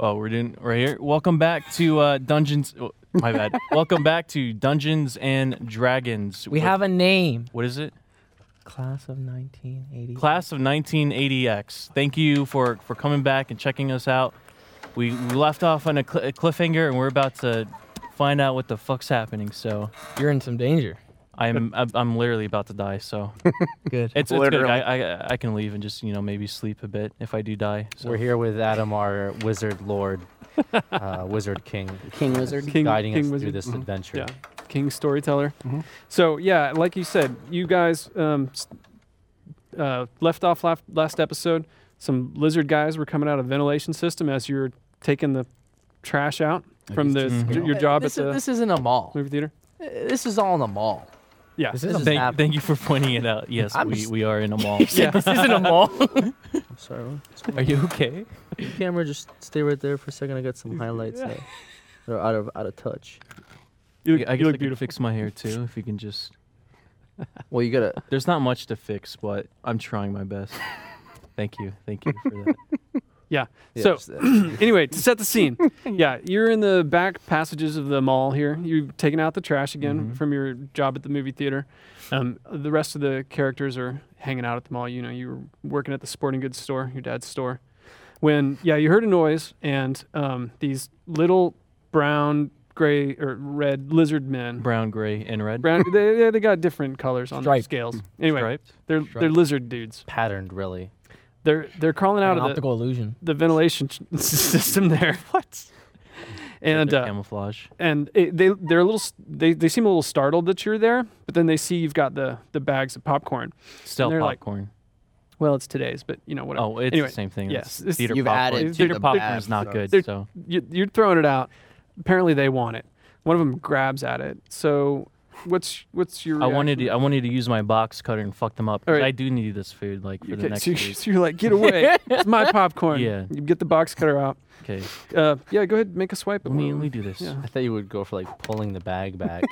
Oh, we're doing right here. Welcome back to uh, Dungeons. oh, my bad. Welcome back to Dungeons and Dragons. We What- have a name. what is it? Class of 1980. Class of 1980X. Thank you for for coming back and checking us out. We we left off on a, cl- a cliffhanger, and we're about to find out what the fuck's happening. So You're in some danger. I'm I'm- I'm literally about to die. So Good. it's, it's good. Literally. I, I I can leave and just you know maybe sleep a bit if I do die. So. We're here with Adam, our wizard lord, uh, wizard king, King Wizard. King, guiding King us Wizard. through this Mhm. adventure. Yeah, King storyteller. Mm-hmm. So yeah, like you said, you guys um, s- uh, left off last, last episode. Some lizard guys were coming out of the ventilation system as you were taking the trash out from the Mhm. your job this at the Is, this isn't a mall. movie theater. Uh, This is all in a mall. Yeah, This isn't Thank, thank you for pointing it out. Yes, I'm we, just- we are in a mall. yeah. this isn't a mall. I'm sorry. what- what's Are going you okay? on? Camera, just stay right there for a second. I got some highlights that that are out of out of touch. I you look, guess you I look could beautiful. fix my hair too if you can just. Well, you gotta. There's not much to fix, but I'm trying my best. thank you, thank you for that. Yeah, So- just uh, that. anyway, to set the scene, yeah, you're in the back passages of the mall here. You've taken out the trash again Mm-hmm. Mhm. from your job at the movie theater. Um, the rest of the characters are hanging out at the mall. You know, you were working at the sporting goods store, your dad's store. When yeah, you heard a noise and um, these little brown, gray, or red lizard men. Brown, gray, and red. Brown, they, they- they got different colors on their Striped. scales. Anyway, Striped. they're they're Striped. lizard dudes. Patterned, really. They're they're crawling out an of the, optical illusion. the ventilation system there. what? And They're uh, camouflage. and it, they they're a little s- they, they seem a little startled that you're there, but then they see you've got the the bags of popcorn. Stealth they're like, popcorn. Well, it's today's, but you know whatever. oh, it's anyway, the same thing. yes, it's it's- theater You've popcorn. added to theater the popcorn bag, is not so- good. They're- So you, you're throwing it out. Apparently, they want it. One of them grabs at it. So, what's what's your? I wanted to, reaction? I wanted to use my box cutter and fuck them up. All 'cause right. I do need this food like for the Okay, next so, you- week. so you're like, get away! it's my popcorn. Yeah. You get the box cutter out. Okay, Uh, yeah, go ahead, make a swipe. at let me one let of me them. do this. Yeah. I thought you would go for like pulling the bag back.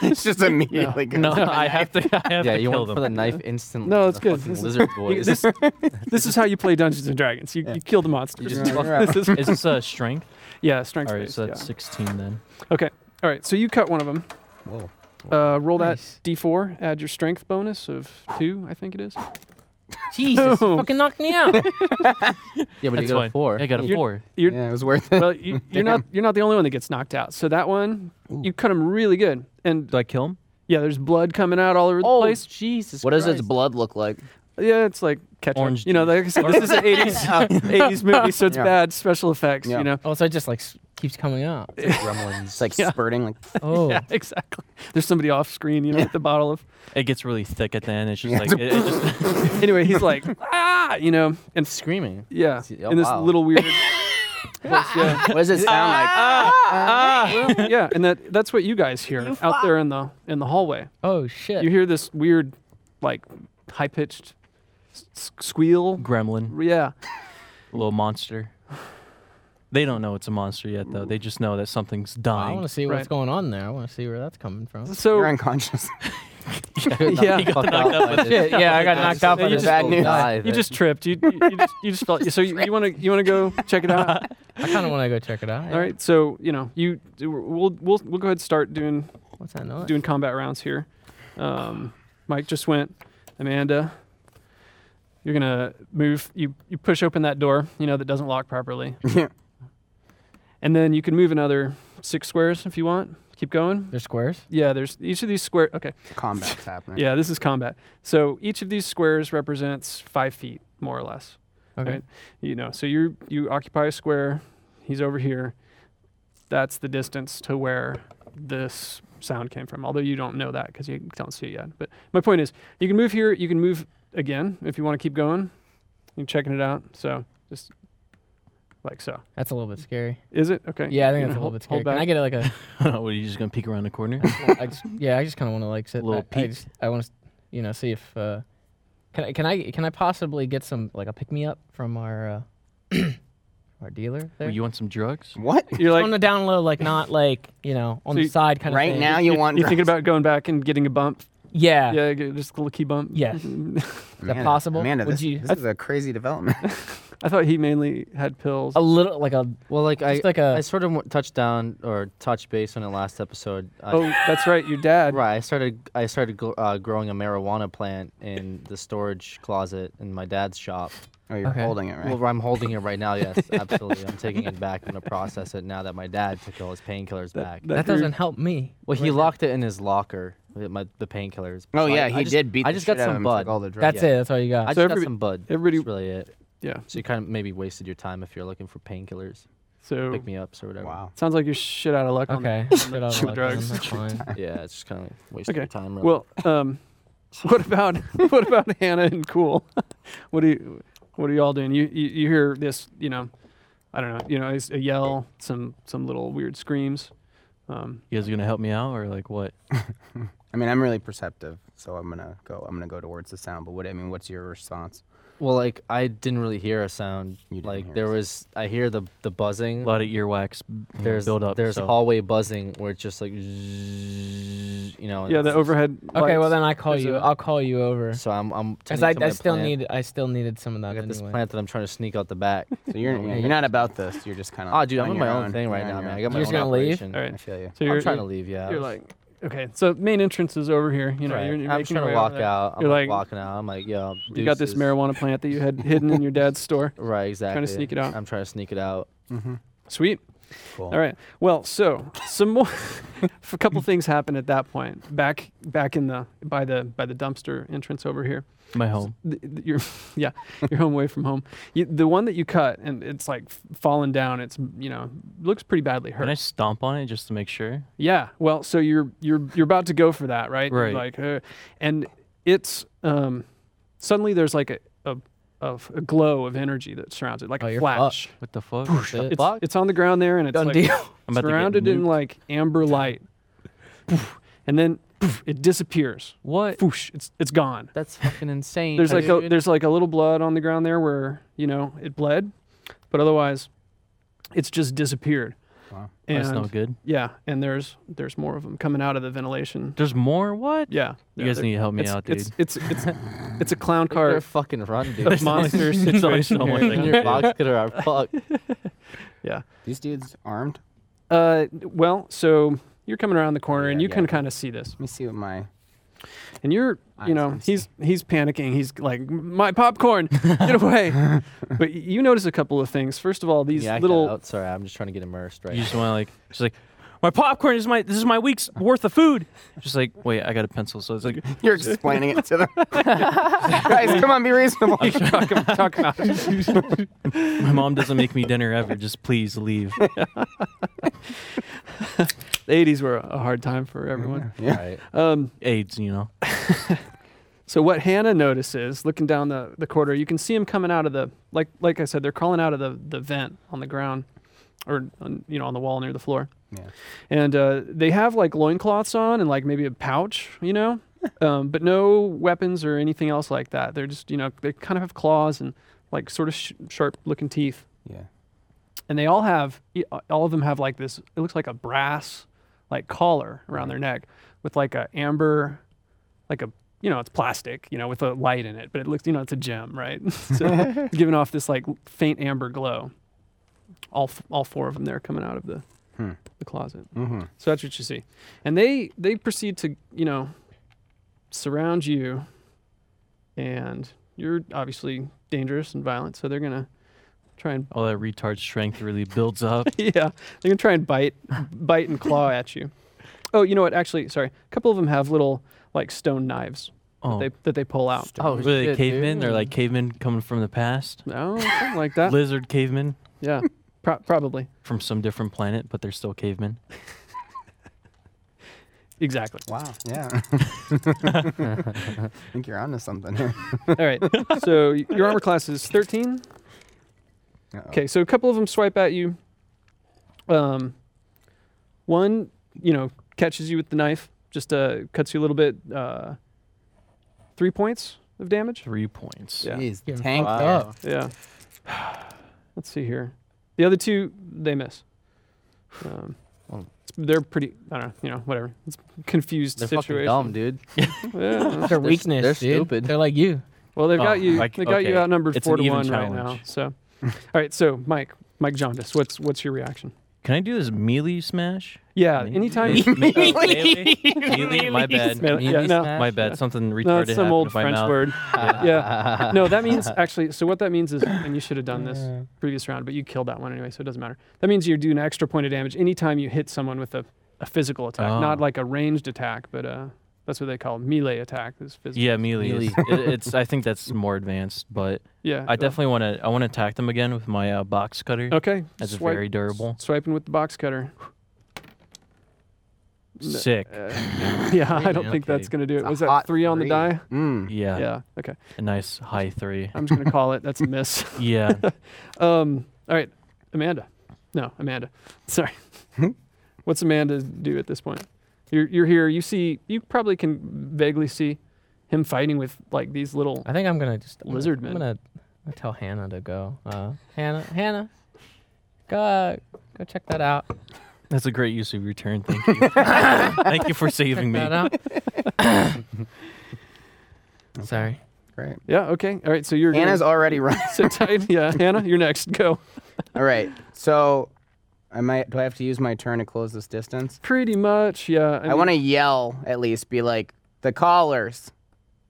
it's just immediately goes No, to the I have to. I have yeah, to you kill went them. for the knife instantly. No, the it's good. fucking This is- Lizard You- boys. this, this is how you play Dungeons and Dragons. You, you kill the monsters. You just right? fuck- This is- Is this uh, strength? yeah, strength. All right, so based, that's yeah. 16 then. Okay. All right. So you cut one of them. Whoa. Uh, roll Nice. that d4. Add your strength bonus of two, I think it is. Jesus, No. fucking knocked me out. yeah, but you got That's fine. a four. I got a You're- four. You're, Yeah, it was worth it. Well, you, you're not you're not the only one that gets knocked out. So that one, you cut him really good, and Do I kill him? yeah, there's blood coming out all over the Oh, place. Jesus. What does its Christ. blood look like? Yeah, it's like ketchup. Orange You know, juice. like I said, this is an 80s 80s movie, so it's Yeah. bad special effects. Yeah. You know. Oh, so it just like s- keeps coming out. Gremlins. It's like spurting. Like Oh, Yeah, exactly. There's somebody off screen, you know, with the bottle of. It gets really thick at the end. It's just like it, it just Anyway, he's like, ah, you know, and screaming. yeah, It's- oh, in this wow. little weird. place, yeah. what does it sound like? Well, Oh, yeah, and that that's what you guys hear out there in the in the hallway. oh shit. You hear this weird, like, high pitched squeal. gremlin, Yeah, little monster. They don't know it's a monster yet though. They just know that something's I dying. want to see Right. what's going on there. I want to see where that's coming from. so You're unconscious. yeah, Fuck out by this. yeah, I got knocked out by Just this. go Bad news. die you then. just tripped. You you, you just you just felt. So you want to you want to go check it out. I kind of want to go check it out. All right. So you know you we'll we'll we'll go ahead and start doing What's that noise? doing combat rounds here. Um, Mike just went. Amanda, you're gonna move. You you push open that door. You know that doesn't lock properly. Yeah. And then you can move another six squares if you want. Keep going. They're squares. Yeah, there's each of these square. Okay. Combat's happening. Yeah, this is combat. So each of these squares represents five feet, more or less. Okay. Right. You know, so you you occupy a square. He's over here. That's the distance to where this sound came from. Although you don't know that because you don't see it yet. But my point is, you can move here. You can move again if you want to keep going. You're checking it out. So just like so. That's a little bit scary. Is it okay? Yeah, I think that's a You know, little hold- bit scary. hold Can I back. get like a? what are you just gonna peek around the corner? I just, yeah, I just kind of want to like sit. Little I, I, peek. just, I want to, you know, see if uh, can I can I can I possibly get some like a pick me up from our uh, our dealer there? Well, you want some drugs? What? You're on like the down low, like not like you know on So the you- side kind of Right thing. now you want? you thinking drugs. about going back and getting a bump? Yeah. Yeah, g- just a little key bump. Yes. Mhm. Is that Amanda- possible? Amanda, Would this, you? this is a crazy development. I thought he mainly had pills. A little like a Well, like I, Just like uh, a- I sort of w- touched down or touched base on it last episode. I, oh, that's right, your dad. Right, I started I started gl- uh, growing a marijuana plant in the storage closet in my dad's shop. Oh, you're Okay. holding it right. Well, I'm holding it right now. Yes, absolutely. I'm taking it back. I'm gonna process it now that my dad took all his painkillers back. that grew- doesn't help me. well, he right now. locked it in his locker. The, my, the painkillers. Oh, So I- yeah, I he just- did beat I the just shit got out of some him, took bud. all the drugs. That's yeah. it. That's all you got. I So just got everybody- some bud. everybody- That's really it. Yeah. So you kind of maybe wasted your time if you're looking for painkillers, So pick me ups or whatever. Wow. sounds like you're shit out of luck. on okay. Shit, I'll Some let them, drugs. That's fine. Yeah, it's just kind of wasting Okay. your time. Really. Well, um, what about what about Hannah and Cool? what do you what are y'all doing? You, you you hear this? You know, I don't know. You know, it's a yell, some some little weird screams. Um, You guys are gonna help me out or like what? I mean, I'm really perceptive, so I'm gonna go. I'm gonna go towards the sound. But what I mean, what's your response? Well, like I didn't really hear a sound. You didn't like hear a there sound. was, I hear the the A buzzing. lot of earwax b- there's build up. there's so. hallway buzzing where it's just like, zzzz, you know. and yeah, the it's- overhead. Okay, well lights. then I call There's you. a- i I'll call you over. So I'm I'm. Cause tending I, to I my still plant. need I still needed some of I that got this anyway. plant that I'm trying to sneak out the back. So you're Oh, yeah, yeah, you're yeah. not about this. You're just kind of. oh, dude, I'm on my own, thing right now, man. I got my You're just own gonna leave? operation. All right. I feel you. So you're I'm trying to you're- leave. Yeah. You're like, okay, so main entrance is over here. You know, Right. you're, you're I'm making just your trying way to over walk there. out. I'm You're like, like, walking out. I'm like, yo, You got this deuces. marijuana plant that you had hidden in your dad's store. Right, exactly. sneak it out. I'm trying to sneak it out. Sweet. Cool. All right. Well, so some more. a couple things happened at that point. Back back in the by the by the dumpster entrance over here. my home. th- th- your yeah your home away from home you, the one that you cut and it's like f- fallen down it's you know looks pretty badly hurt Can I stomp on it just to make sure? yeah well so you're you're you're about to go for that right You're Right. like uh, and it's um suddenly there's like a a, a f- a glow of energy that surrounds it like Oh, a you're flash What the fuck? That's it. it's, it's on the ground there and it's Done like deal. I'm about to get surrounded in nuked. like amber light Poof. and then poof, it disappears What? Whoosh, it's it's gone That's fucking insane. there's like a dude. there's like a little blood on the ground there where you know it bled, but otherwise, it's just disappeared. Wow. And That's not good. yeah, and there's there's more of them coming out of the ventilation. There's more. What? Yeah, You yeah, guys they're- need to help me it's, out, dude. It's it's it's it's a clown Make their car. fucking run, dude. There's monster There's only so much I situation here. Even can your do. box cutter are fucked. These dudes armed. Uh, well, so you're coming around the corner and Yeah, you yeah, can yeah. kind of see this, Let me see what my. and you're Eyes you know can see. he's he's panicking. He's like, my popcorn, get away! but you notice a couple of things. First of all, these yeah, I got little out. Sorry, I'm just trying to get immersed right You now. just want to like, she's like, my popcorn is my this is my week's worth of food. Just like, wait, I got a pencil, so it's like, You're explaining it to them. Guys, come on, be reasonable. talk, talk about my mom doesn't make me dinner ever. Just please leave. the 80s were a hard time for everyone. Yeah. Right. Um, AIDS, you know. so what Hannah notices, looking down the, the corridor, you can see them coming out of the like like I said, they're crawling out of the, the vent on the ground, or on, you know on the wall near the floor, Yeah. and uh, they have like loincloths on and like maybe a pouch, you know, um, but no weapons or anything else like that. They're just you know they kind of have claws and like sort of sh- sharp looking teeth, Yeah. and they all have e- all of them have like this. It looks like a brass like collar around their neck with like a amber like a you know it's plastic you know with a light in it but it looks you know it's a gem right so it's giving off this like faint amber glow all f- all four of them there coming out of the Hmm. the closet Mm-hmm. so that's what you see and they they proceed to you know surround you and you're obviously dangerous and violent so they're gonna try and All that retard strength really builds up. yeah, they're gonna try and bite, bite and claw at you. Oh, you know what? Actually, sorry. A couple of them have little like stone knives Oh, that, they, that they pull out. Oh, were they shit, cavemen? They're dude. like cavemen coming from the past. No, Oh, something like that. Lizard cavemen Yeah, pro- probably from some different planet, but they're still cavemen. exactly. Wow. Yeah. I think you're onto something here. All right. So y- your armor class is thirteen. Uh-oh. Okay, so a couple of them swipe at you. Um, one, you know, catches you with the knife, just uh, cuts you a little bit. Uh, three points of damage. Three points. Yeah. Jeez, Getting tank. fucked yeah. up. Yeah. Let's see here. The other two, they miss. Um, Oh. they're pretty. I don't know. You know, whatever. It's a confused They're fucking situation. dumb, dude. Yeah. Their They're s- weakness, they're dude. stupid. They're like you. Well, they've Oh, got you. like, they got okay. you outnumbered It's four an to even one right now. challenge. So All right, so Mike, Mike Jaundice, what's what's your reaction? Can I do this melee smash? Yeah, Me- anytime. me- me- melee? Melee, my bad. Melee, yeah, no. My bad. Something retarded No, it's some happened old with my French mouth. word. yeah. No, that means actually. So what that means is, and you should have done this Yeah. previous round, but you killed that one anyway, so it doesn't matter. That means you're doing an extra point of damage anytime you hit someone with a, a physical attack, not Oh. like a ranged attack, but uh, that's what they call melee attack. Is physical. Yeah, melee. is- it, it's. I think that's more advanced, but yeah. uh, I so- definitely want to. I want to attack them again with my uh, box cutter. Okay. That's swipe- very durable. Swiping with the box cutter. No, Sick. uh, yeah, I don't think Okay. that's gonna do it. a Was that hot three on the three. die? Mm. Yeah, Yeah. Okay. A nice high three. I'm just gonna call it. That's a miss. Yeah. Um. All right, Amanda. No, Amanda. Sorry. Hmm? What's Amanda do at this point? You're you're here. You see. You probably can vaguely see him fighting with like these little. I think I'm gonna just I'm gonna- Lizard man. I'm gonna, I'm gonna tell Hannah to go. Uh, Hannah, Hannah, go uh, go check that out. That's a great use of your turn. Thank you. Thank you for saving me. That out. Sorry. Great. Yeah. Okay. All right. So you're. Anna's gonna already run. sit tight. Yeah. Hannah, you're next. Go. All right. So, I might. Do I have to use my turn to close this distance? Pretty much. Yeah. I want to yell at least. Be like the callers,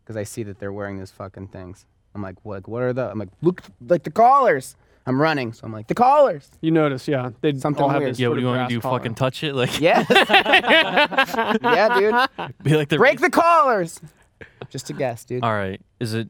because I see that they're wearing those fucking things. I'm like, what? What are the? I'm like, look, like the callers. I'm running, so I'm like the callers. You notice? Yeah. They Something all have weird. this. Yeah, sort what do of you want brass me to do? collar. Fucking touch it? Like, Yes. yeah, dude. be like the Break the callers. Just a guess, dude. All right. Is it?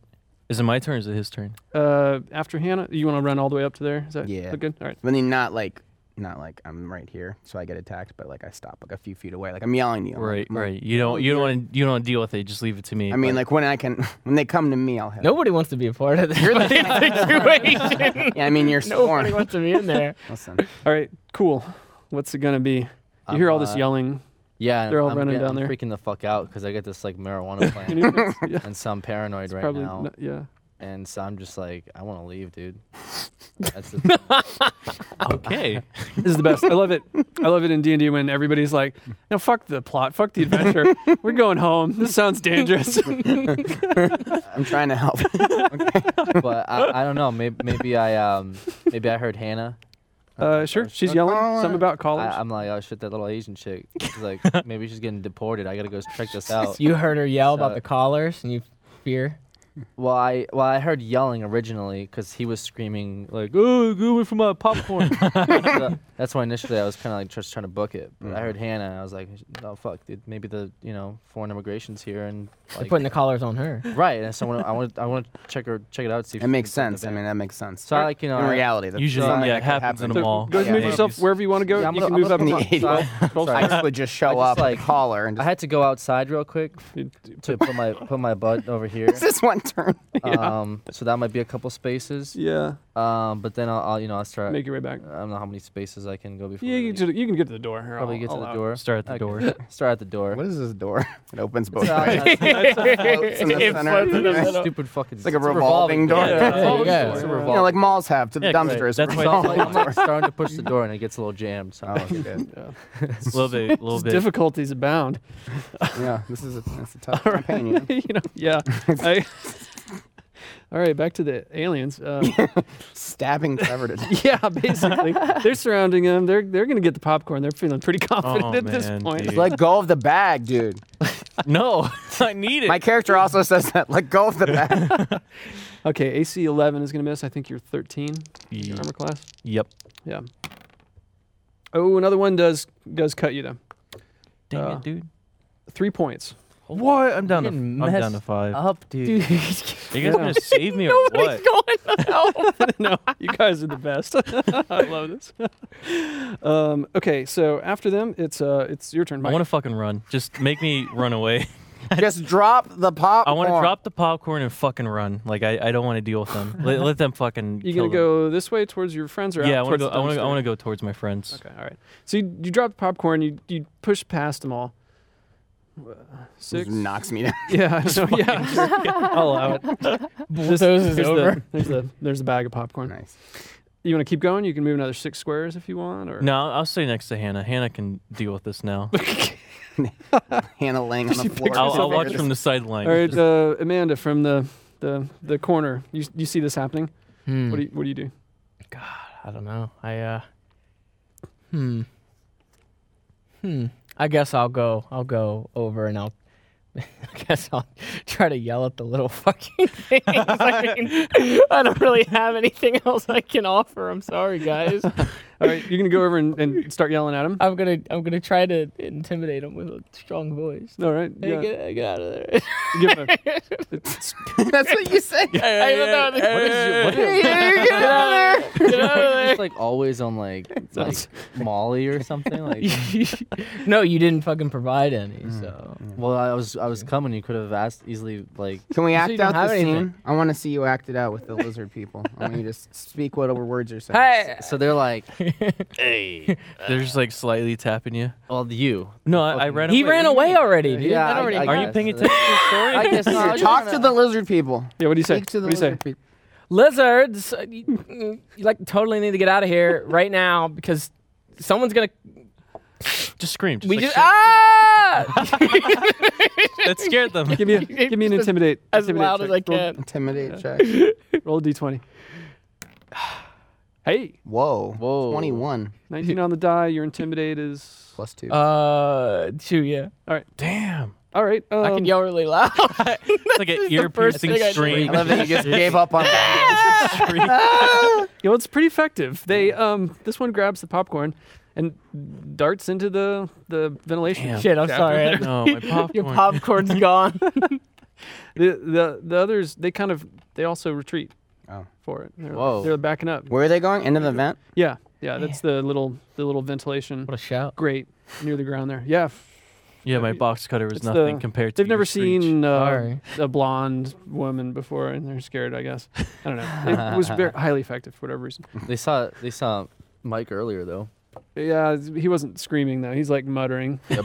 Is it my turn? Or is it his turn? Uh, after Hannah, you want to run all the way up to there? Is that Yeah. look good? All right. I mean, not like, not like I'm right here, so I get attacked, but like I stop like a few feet away. Like I'm yelling at you. I'm like- Right, I'm like- right. You don't. You don't. Want, you don't want to deal with it. Just leave it to me. I mean, like when I can, when they come to me, I'll hit. Nobody wants to be a part of this situation. Yeah, I mean, you're Nobody sworn. wants to be in there. Listen. All right. Cool. What's it gonna be? You hear all this uh, yelling. Yeah, and They're all I'm running getting- down I'm there. freaking the fuck out because I get this like marijuana Any of plant this? yeah. and some paranoid right probably now, not- yeah. and so I'm just like, I want to leave, dude. That's the, okay. This is the best. I love it. I love it in D and D when everybody's like, "No, fuck the plot, fuck the adventure. We're going home. This sounds dangerous." I'm trying to help. but I, I don't know. Maybe maybe I um maybe I heard Hannah. uh, sure. She's yelling something about I, college. I'm like, oh shit, that little Asian chick. She's like, maybe she's getting deported. I gotta go check this out. You heard her yell about Oh. So- the collars, and you fear. Well, I well I heard yelling originally because he was screaming like, "Oh, get away from my popcorn!" So that's why initially I was kind of like just trying to book it. Mm-hmm. But I heard Hannah, and I was like, "Oh fuck, dude, maybe the you know foreign immigration's here and They're like, putting the collars on her. right." And so I want I want I want to check her check it out. See if It she makes can put sense. the I van. mean, that makes sense. So I like you know in I- reality, that's Usually, something yeah, that it could happens in happen. a so mall. go ahead and move Yeah. yourself wherever you want to go. Yeah, I'm you gonna- can move I'm up. In gonna top. the Sorry. 80s, Sorry. I would just show I just, up, like- holler, and I just, had to go outside real quick to put my put my butt over here. it's just one turn. Um, so that might be a couple spaces. Yeah. Um, but then I'll, I'll you know I'll start. Make your way back. I don't know how many spaces I can go before. Yeah, I you, leave. can- you can get to the door. Here, probably I'll- get to I'll the out. door. Start at the Okay. door. Start at the door. What is this door? It opens both It's out- ways. it's Floats in the center. a stupid fucking. It's like a revolving door. Yeah, Yeah, yeah, it's yeah. a It's a revolving. You know, like malls have to the Yeah, right. dumpsters. That's So why- I'm, like, I'm like starting to push the door and it gets a little jammed. So Oh, I'm okay, good. A little bit. A little Just bit. difficulties abound. Yeah, this is a, that's a tough campaign. You know? you know. Yeah. I- all right. Back to the aliens. Um, Stabbing Trevor to death. yeah. Basically, they're surrounding him. They're they're gonna get the popcorn. They're feeling pretty confident Oh, at this man, point. dude. Let go of the bag, dude. No, I need it. My character also says that. Let go of the bag. Okay, AC 11 is going to miss. I think you're 13 Ye- armor class. Yep. Yeah. Oh, another one does does cut you though. Dang Uh, it, dude. Three points. What? I'm down to. getting I'm down messed to five. up, dude. you guys gonna save me or what? no, you guys are the best. I love this. um, okay, so after them, it's uh, it's your turn. I Mike. want to fucking run. Just make me run away. Just drop the I popcorn. want to drop the popcorn and fucking run. Like I, I don't want to deal with them. Let, let them fucking. you kill gonna them. go this way towards your friends or Yeah, I out want towards to go. the I want to. I dumpster? want to go towards my friends. Okay, all right. So you, you drop the popcorn. You you push past them all. Uh, Just Six. knocks me down. Yeah, so yeah. sure. I'll allow it. This is There's over. the, there's the there's the bag of popcorn. Nice. You want to keep going? You can move another six squares if you want, or No, I'll stay next to Hannah. Hannah can deal with this now. Hannah laying on the floor. I'll, I'll yourself watch out. from the sideline. All right, Just- Hmm. Hmm. uh, Amanda from the the the corner. You you see this happening? What do you what do you do? I don't know. I uh hmm. Hmm. I guess I'll go I'll go over and I'll I guess I'll try to yell at the little fucking things. I mean, I don't really have anything else I can offer. I'm sorry, guys. All right, you're gonna go over and, and start yelling at him. I'm gonna I'm gonna try to intimidate him with a strong voice. All right, Hey, yeah. get, get out of there! Give him a- That's what you said. I don't know. What is your, what is, Get out of there! Get out of there! it's like always on like like Molly or something. Like, no, you didn't fucking provide any. So well, I was I was coming. You could have asked easily. Like, Can we act you don't out have the anything. scene? I want to see you act it out with the lizard people. I want you to s- speak whatever words are said. hey, so they're like, They're just like slightly tapping you. well, you. No, I, I ran he away. ran away already. Dude. Yeah, That I- already I Are you guess. paying attention to the story? I guess not. Talk to the lizard people. yeah, what do you say? Speak to the What do you say? lizard people. lizards uh, you, you, like totally need to get out of here right now because someone's gonna Just scream. Just we like, just "Shit." ah that scared them. Give me a, give me an intimidate. as intimidate loud as check. i can Intimidate check. Roll, roll a d20. Hey, Whoa. Whoa. 21 19 on the die. Your intimidate is plus 2. uh two yeah Damn. all right. Um, i can yell really loud It's like an ear first piercing thing I scream. I love that you just gave up on that. You know, it's pretty effective. They um, this one grabs the popcorn and darts into the the ventilation. Damn. shit i'm sorry No, my popcorn. your popcorn's gone The the the others they kind of they also retreat. Oh. For it. They're, Whoa. They're backing up. Where are they going? Into the vent? Yeah. Yeah. That's the little the little ventilation. what a shout Great. Near the ground there. Yeah. f- yeah, my box cutter was It's nothing the- compared to. They've never your screech. seen uh, Sorry. a blonde woman before, and they're scared. I guess. I don't know. It was very highly effective for whatever reason. They saw they saw Mike earlier though. Yeah. He wasn't screaming though. He's like muttering. Yeah,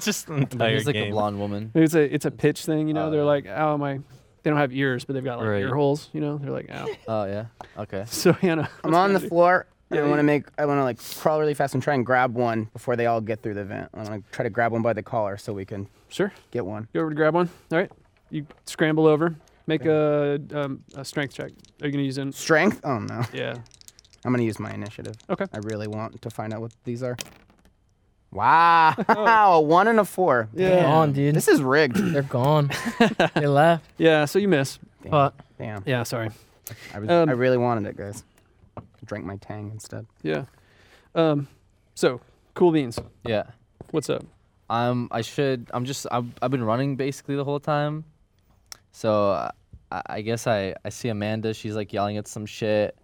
just an he, entire he's like game. a blonde woman. It's a it's a pitch thing, you know. Oh, they're yeah. like, "Ow, my," they don't have ears, but they've got like Right. ear holes, you know. They're like, "Ow." Oh yeah. Okay. so Hannah, I'm what's on the gonna do? floor. and Yeah, I you- want to make. I want to like crawl really fast and try and grab one before they all get through the vent. I want to try to grab one by the collar so we can Sure, get one. go over to grab one. All right, you scramble over, make a, um, a strength check. Are you gonna use an? Strength? Oh no. Yeah, I'm gonna use my initiative. Okay. I really want to find out what these are. Wow, a one and a four. They're yeah, gone dude This is rigged. they're gone they left yeah. So you miss. but Damn. Yeah, sorry. I, was, Um, I really wanted it, guys. Drank my tang instead. Yeah. Um, so cool beans. Yeah. What's up? Um, I should. I'm just. I've, I've been running basically the whole time, so uh, I, I guess I I see Amanda. She's like yelling at some shit.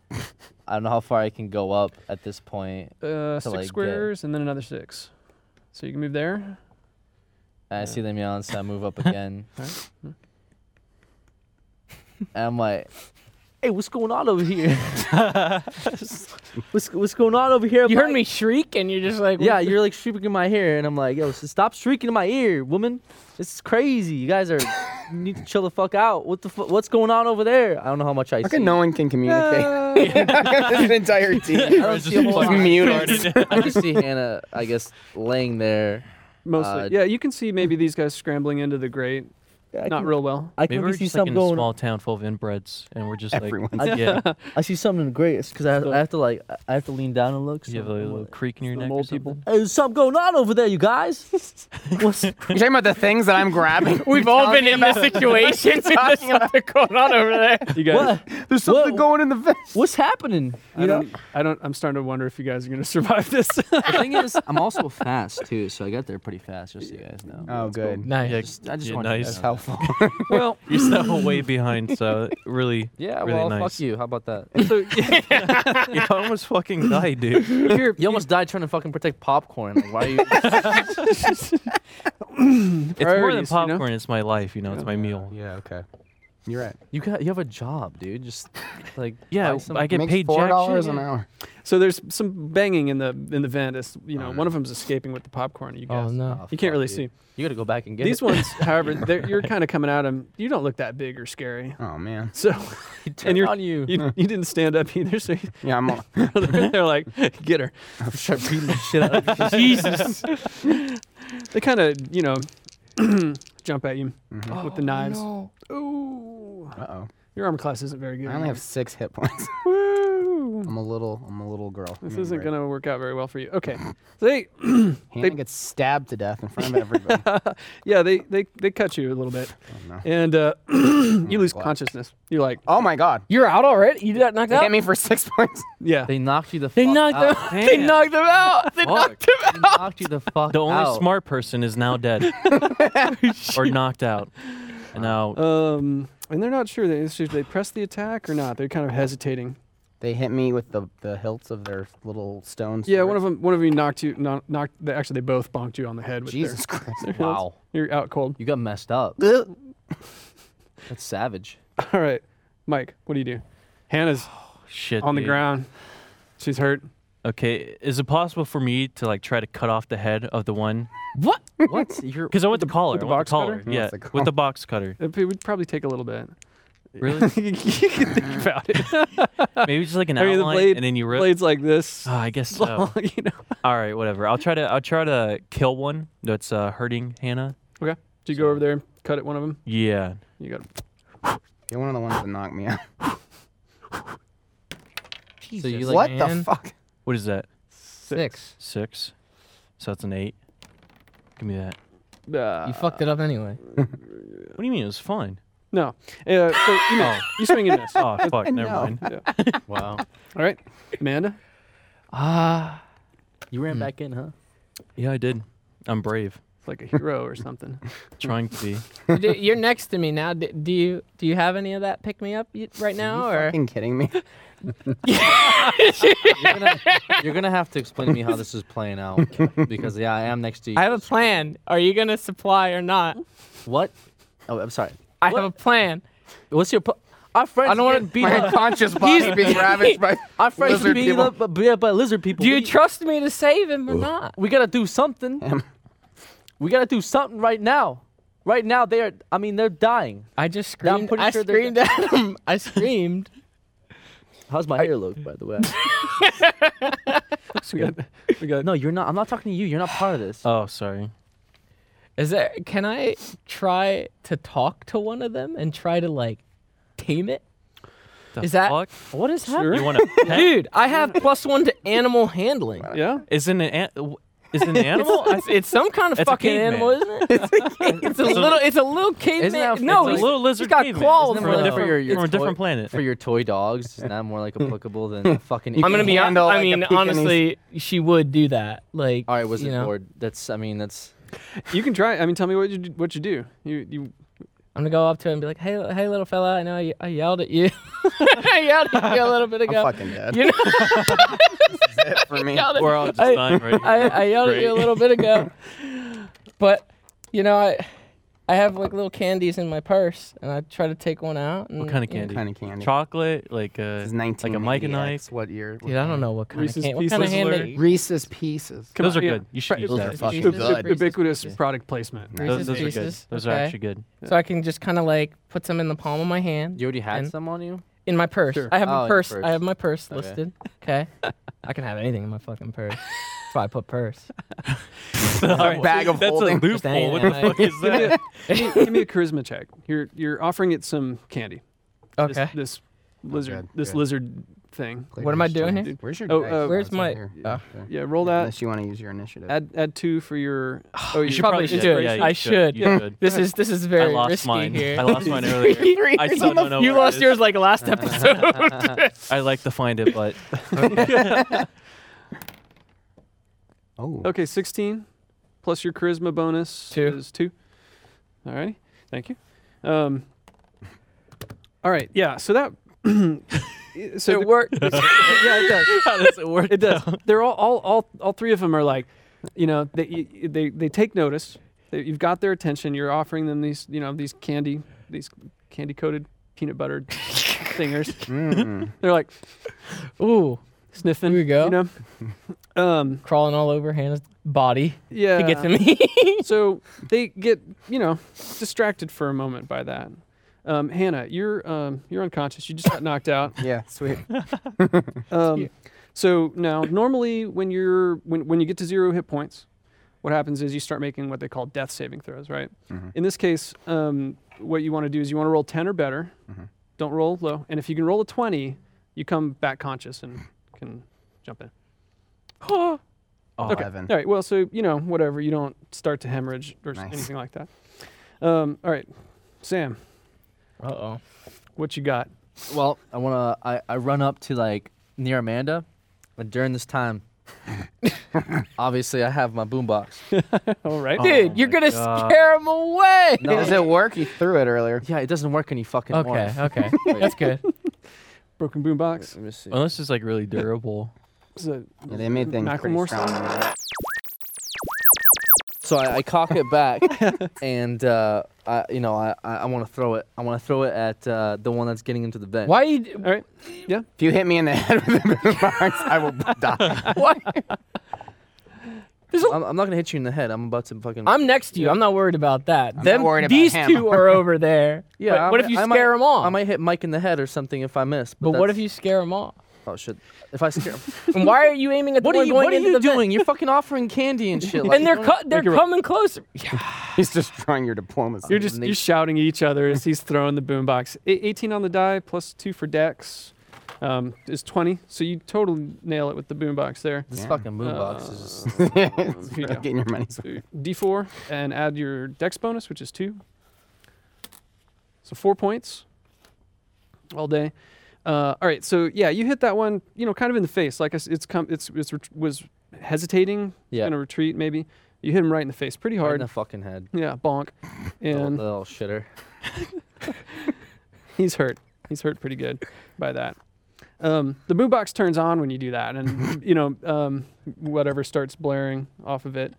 I don't know how far I can go up at this point. Uh, So, six like, get- squares and then another six. So you can move there. And I see them yelling, so I move up again. and I'm like, Hey, what's going on over here? what's what's going on over here? you heard Mike? me shriek and you're just like Yeah, you're like shrieking in my hair, and I'm like, yo, s- stop shrieking in my ear, woman. This is crazy. You guys are. you need to chill the fuck out. What the fu- What's going on over there? I don't know how much I How see. can no one can communicate? Uh, this entire I team. don't It's see just a whole fucking lot. muted. started. I just see Hannah. I guess laying there. Mostly. Uh, yeah, you can see maybe these guys scrambling into the grate. I Not can- real well. I Maybe can we're see just like something in a going. small town full of inbreds, and we're just Everyone's- like, yeah, I see something great because I, I have to like I- I have to lean down and look. you have a so I'm little like, creak in your The neck. Or mole something. people. Hey, there's something going on over there, you guys. What's You're talking about the things that I'm grabbing. we've all been in this situation and there's something going on over there You guys. what? There's something Whoa. going in the vent. What's happening? I don't, I don't. I'm starting to wonder if you guys are gonna survive this. The thing is, I'm also fast too, so I got there pretty fast. Just so you guys know. Oh, good. nice Yeah, Just- I just yeah, wanted you nice. guys That's to know that. helpful. well, You're still way behind, so really, Yeah, really well, nice. fuck you. How about that? so you almost fucking died, dude. you're, You almost died trying to fucking protect popcorn. Like, why are you? It's more than Priorities, you know? popcorn. It's my life, you know. It's my meal. yeah, okay. You're right. You got. You have a job, dude. Just like Yeah, buy some- I get Makes paid four jack dollars shit. an hour. so there's some banging in the in the vent. As you know, one of them's escaping with the popcorn. You oh guess. no Oh, You can't fuck, really dude. see You gotta go back and get these it. ones. However, they're- you're kind of coming at them. You don't look that big or scary. Oh man. So and you're on you. you, you didn't stand up either. So you- Yeah, I'm. All, they're like, get her. I'm sure beating the shit out of you. Jesus. they kind of you know jump at you with the knives. Ooh. uh oh. Mm-hmm. Your armor class isn't very good. I only have six hit points. Woo! I'm a little, I'm a little girl. This isn't gonna work out very well for you. Okay, so they, Hannah gets stabbed to death in front of everybody. yeah, they they they cut you a little bit, no. and uh, you lose God. consciousness. You're like, oh my god, You're out already. You got knocked they hit out. me for six points. yeah, They knocked you the fuck They knocked out. them. They knocked them out. They knocked them out. They knocked you the fuck The only out. Oh. smart person is now dead or knocked out. And now um, and they're not sure they should they press the attack or not. They're kind of hesitating. They hit me with the, the hilts of their little stones. Yeah, one of them one of you knocked you kno- knocked. They, actually, they both bonked you on the head. With their- Jesus Christ! their, hilts. Wow. you're out cold. You got messed up. Ugh. That's savage. All right, Mike, what do you do? Hannah's shit. on the dude. ground. She's hurt. Okay, is it possible for me to like try to cut off the head of the one? What? What? You're Because I went the collar. with the I want box collar. cutter? Yeah, Yeah, it's like- with the box cutter. It, it would probably take a little bit. Really? you can think about it. Maybe just like an I mean, the outline, blade- and then you rip. Blades like this. Ah, I guess so. you know. All right, whatever. I'll try to. I'll try to kill one that's uh, hurting Hannah. Okay. Do you go over there and cut at one of them? Yeah. You got You're one of the ones that knocked me out. Jesus, you like- what man. the fuck? What is that? Six. Six. So that's an eight. Give me that. Uh, You fucked it up anyway. What do you mean? It was fine. No. Uh, so, you know, you swing and miss. Oh fuck. Never No. mind. Yeah. wow. All right, Amanda. Ah. You ran back in, huh? Yeah, I did. I'm brave. It's like a hero or something. Trying to be. D- Uh, You're next to me now. D- Do you do you have any of that pick me up y- right now, Are you or fucking kidding me? You're gonna, you're gonna have to explain to me how this is playing out because yeah, I am next to you. I have a plan. Are you gonna supply or not? what? Oh, I'm sorry. I have a plan. What's your? Po- our friends. I don't want to get- beat up. conscious body being ravaged by Our friends lizard being people. up by, beat up by lizard people. Do you we, trust me to save him or not? we gotta do something. we gotta do something right now. Right now, they are. I mean, they're dying. I just No, I'm screamed. pretty I sure they're screamed at him. I screamed. How's my hair look, by the way? we got, we got No, you're not. I'm not talking to you. You're not part of this. Oh, sorry. Is there? Can I try to talk to one of them and try to like tame it? The Is that- fuck? what is happening? You want to pet? Dude, I have plus one to animal handling. yeah. Isn't an, an w- is it an animal? I It's, it's some kind of It's a fucking caveman. animal, isn't it? it's a little. It's a little caveman. that- no, it's a he's, little lizard He's got caveman. claws. Isn't that though. really for your- your from a different toy- planet. for your toy dogs, it's not more like applicable than a fucking. I'm gonna be. hon- handle, I like, a mean, Pekingese- honestly, she would do that. Like, All right, was you it know, bored? That's. I mean, that's. You can try. I mean, tell me what you do- what you do. You you I'm gonna go up to him and be like, "Hey, hey, little fella, I know I, I yelled at you. I yelled at you a little bit I'm ago. fucking dead. You know, That's it for me. yelled at- We're all just I- dying right I, here. I yelled at you a Great. little bit ago, but you know, I, I have like little candies in my purse, and I try to take one out. And, What kind of you know- candy? kind of candy? Chocolate, like uh, This a is like a 1980 Mike and Ike. X. What year? Dude, I don't know what kind Reese's of candy. What kind of Pieces hand? Lizzler. Reese's Pieces. Those are yeah. good. You should Right, eat Those are that. fucking Reese's good. Pieces. ubiquitous product placement. Nice. Those, Reese's those are good. Pieces, Those are okay. actually good. So I can just kind of like put some in the palm of my hand. You already had And- some on you. in my purse. Sure. I have Oh, in a your purse. purse. I have my purse Okay. listed. Okay. I can have anything in my fucking purse. That's why I put purse. Alright, bag of That's holding. a loophole. What the Dang. fuck is that? give, me, give me a charisma check. You're you're offering it some candy. This- Okay. This, lizard good, this good. lizard thing. What am I doing here? Where's your? Oh, dice? uh, Where's it's up my- here. uh, there. Yeah, roll that. Unless you want to use your initiative. Add add two for your. Oh, you should probably Yeah, should. yeah, you I should. You should. This is this is I very lost risky mine. here. I lost mine earlier. I still don't know. you where it lost is. yours like last episode. I like to find it, but oh, Okay, 16 plus your charisma bonus Two. is two. All right. Thank you. Um, all right. Yeah. So that. so it the, worked. yeah, it does. how does it work? It does. They're all, all, all, all three of them are like, you know, they, you- they, they take notice that you've got their attention. You're offering them these, you know, these candy, these candy coated peanut butter thingers. Mm. They're like Ooh, sniffing. Here we go. You know. Um. crawling all over Hannah's body Yeah. to get to me. so they get you know distracted for a moment by that. Um, Hannah, you're um, you're unconscious. You just got knocked out. yeah, sweet. Um, so now, normally when you're when when you get to zero hit points, what happens is you start making what they call death saving throws, right? In this case, um, what you want to do is you want to roll ten or better. Don't roll low, and if you can roll a twenty, you come back conscious and can jump in. Oh, Okay. Evan. All right. Well, so you know, whatever. You don't start to hemorrhage or s- Nice. anything like that. Um, all right, Sam, Uh oh. what you got? Well, I wanna. I, I run up to like near Amanda, but during this time, obviously I have my boombox. All Oh right. Dude, you're gonna scare him away. No, Does it work? You threw it earlier. yeah, it doesn't work any fucking more. Okay, okay, Wait. that's good. Broken boombox. Let me see. Unless it's like really durable. It's a- Yeah, they made things pretty Macklemore strong. song? So I, I cock it back, and uh, I, you know, I, I want to throw it. I want to throw it at uh, the one that's getting into the vent. Why you? All right. If you hit me in the head with a boombox, I will die. Why? I'm, I'm not gonna hit you in the head. I'm about to fucking. I'm next to you. I'm not worried about that. Them, worried about these him. two are over there. yeah. But I'm- what if you I scare might, them off? I might hit Mike in the head or something if I miss. but what if that's- you scare them off? Oh shit! If I scare. And why are you aiming at the what are one you? going What are into you the vent? doing? You're fucking offering candy and shit. Like, And they're co- they're roll. coming closer. He's destroying your diplomacy. You're just you're shouting at each other as he's throwing the boombox. A- 18 on the die plus two for Dex um, is 20. So you totally nail it with the boombox there. Uh, This Yeah. fucking boombox is. Just, It's Here you go. getting your money's worth. D4 and add your Dex bonus, which is two. So four points all day. Uh, all right, so yeah, you hit that one, you know, kind of in the face. Like I s- it's come, it's it's ret- was hesitating, Yeah. gonna retreat maybe. You hit him right in the face, pretty Right hard. in the fucking head. yeah, bonk, Little, and little shitter. he's hurt. He's hurt pretty good by that. Um, the boombox turns on when you do that, and you know um, whatever starts blaring off of it,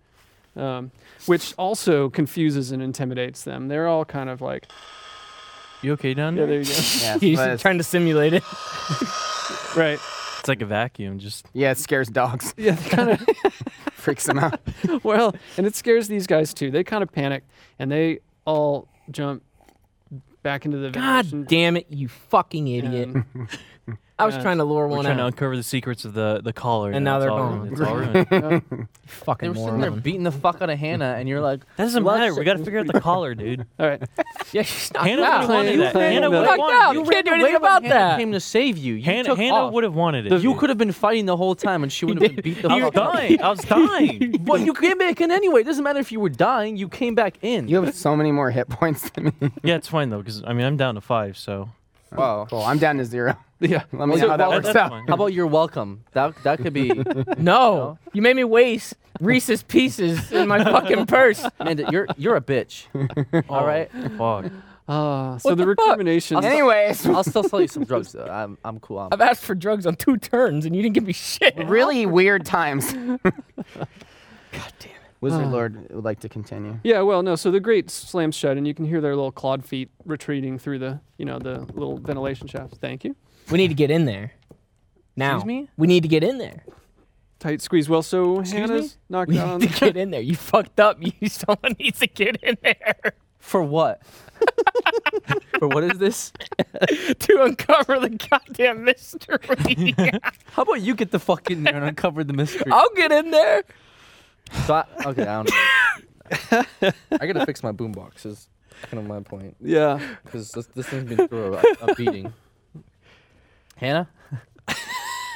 um, which also confuses and intimidates them. They're all kind of like, You okay down yeah, there? there you go. Yeah, it's- He's but it's- trying to simulate it. right. It's like a vacuum. Just yeah, it scares dogs. Yeah, they kind Freaks them out. of well, and it scares these guys too. They kind of panic and they all jump back into the ventilation. God damn it, you fucking idiot! and- I was yeah. trying to lure we're one trying to out. uncover the secrets of the the collar. And now now It's they're all gone. ruined. It's all ruined. uh, They Fucking were sitting there moron. beating the fuck out of Hannah, and you're like, That doesn't Well, matter. shit, We got to figure out the collar, dude. All right. Yeah, she's not Hannah out. would have wanted You that. played Hannah the- would have Knocked out. You wanted it. can't do "Wait anything when about Hannah that. Came to save you. You Hannah, took Hannah off. would have wanted it. You dude. could have been fighting the whole time, and she would have been beat the I was fuck out. dying. I was dying. But you came back in anyway. It doesn't matter if you were dying. You came back in. You have so many more hit points than me. yeah, it's fine though, because I mean I'm down to five, so Wow. Cool. I'm down to zero. Yeah. Let me know how that That- works that's out. fine. How about you're welcome? That that could be. No, you made me waste Reese's Pieces in my fucking purse. Amanda, you're you're a bitch. All right. Fuck. Uh, so What the, the fuck? recrimination. Anyways, I'll still sell you some drugs. Though. I'm I'm cool. I'm, I've asked for drugs on two turns and you didn't give me shit. really weird times. God damn it. Wizard Lord would like to continue. Yeah, well, no. So the grate slams shut, and you can hear their little clawed feet retreating through the, you know, the little ventilation shafts. Thank you. We need to get in there. Now. Excuse me? We need to get in there. Tight squeeze. Well, so me? Hannah's knocked We out on need to get in there. You fucked up. You someone needs to get in there for what? for what is this? to uncover the goddamn mystery. How about you get the fuck in there and uncover the mystery? I'll get in there. So I, okay, I don't. Know. I gotta fix my boombox. Is kind of my point Yeah. because this, this thing's been through a, a beating. Hannah,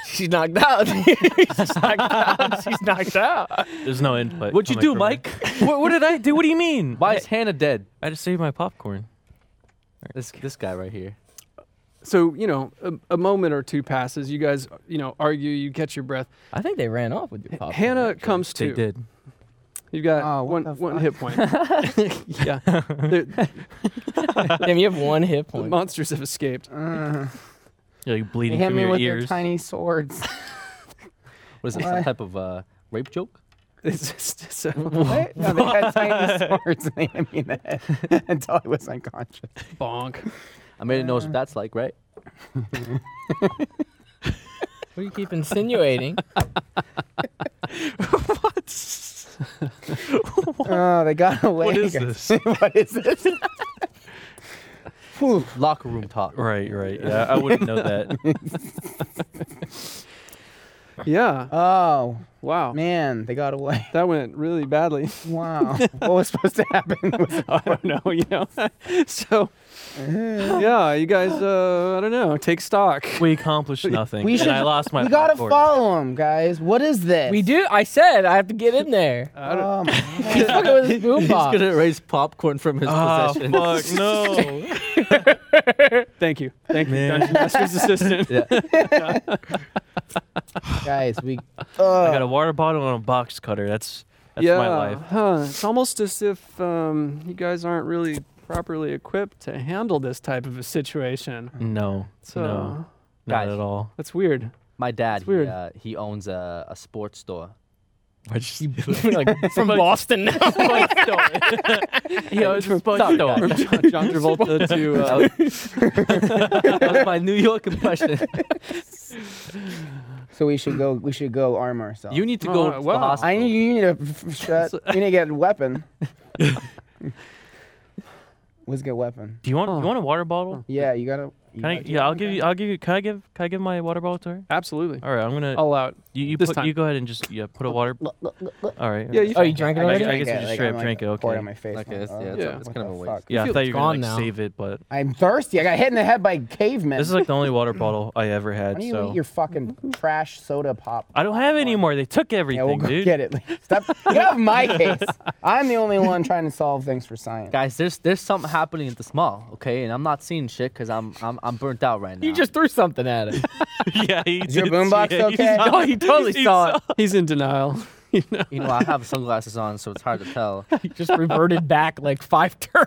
She's knocked out. She's knocked out. She's knocked out. There's no input. what'd you coming do, from Mike? her. What, what did I do? What do you mean? Why is Hannah dead? I just saved my popcorn. This this guy right here. So you know, a, a moment or two passes. You guys, you know, argue. You catch your breath. I think they ran off with your pop. Hannah comes They to. did. You've got Oh, one what the one fuck? hit point. yeah. The, Damn, you have one hit the point. monsters have escaped. Uh, You're like bleeding hit from me your with your ears. tiny swords. What is this? Some Why? type of uh, rape joke? It's just, so- what? No, they had tiny swords and they hit me in the head until I was unconscious. bonk. Amanda knows what that's like, right? What do you keep insinuating? Oh, they got away. What is this? what is this? Locker room talk. Right, right. Yeah, I wouldn't know that. Yeah. Oh, Wow. man, they got away. That went really badly. Wow. what was supposed to happen? Was- I don't know, you know. so, yeah, you guys, uh, I don't know, take stock. We accomplished nothing. we and should- I lost my we gotta passport. follow him, guys. What is this? We do. I said I have to get in there. I don't- Oh, my He's fucking with his He's boombox. gonna erase popcorn from his Oh, possession. fuck, no. Thank you. Thank you, Man. Dungeon Master's Assistant. guys, we. I Oh. got a water bottle and a box cutter. That's that's yeah. my life. Huh. It's almost as if um, you guys aren't really properly equipped to handle this type of a situation. No. So, no. Guys. Not at all. that's weird. My dad, It's he, weird. uh, he owns a, a sports store. like, from Boston now. Yeah, from, from John, John Travolta to. Uh, That was my New York impression. So we should go. We should go arm ourselves. You need to go Oh, to the wow. hospital. I need. You need to f- f- shut. you need to get a weapon. Let's get weapon. Do you want you want a water bottle? Yeah, you gotta. You Can I, gotta yeah, I'll give you. I'll give you. Can I give? Can I give my water bottle to her? absolutely. All right, I'm gonna. Oh, All out. you you, this put, time. you go ahead and just yeah put a water. All right. Yeah, you oh, you drank it I- already? I guess I just like, straight I'm up like, drink it. pour it Okay. on my face. Okay, I'm that's- yeah, oh, that's- that's what kind the of a waste. fuck? yeah, I feel thought you were gonna gone like, now. save it, but I'm thirsty. I got hit in the head by cavemen. this is like the only water bottle I ever Why had. do you So eat your fucking trash soda pop? I don't have any more. They took everything, yeah, we'll go dude. get it. Stop. Get off my case. I'm the only one trying to solve things for science. Guys, there's there's something happening at the mall, okay? And I'm not seeing shit because I'm, I'm I'm burnt out right now. You just threw something at it. yeah, he Is your did, boombox yeah, he okay? saw no, he totally He saw it. He's in denial. you know I have sunglasses on, so it's hard to tell He just reverted back like five turns.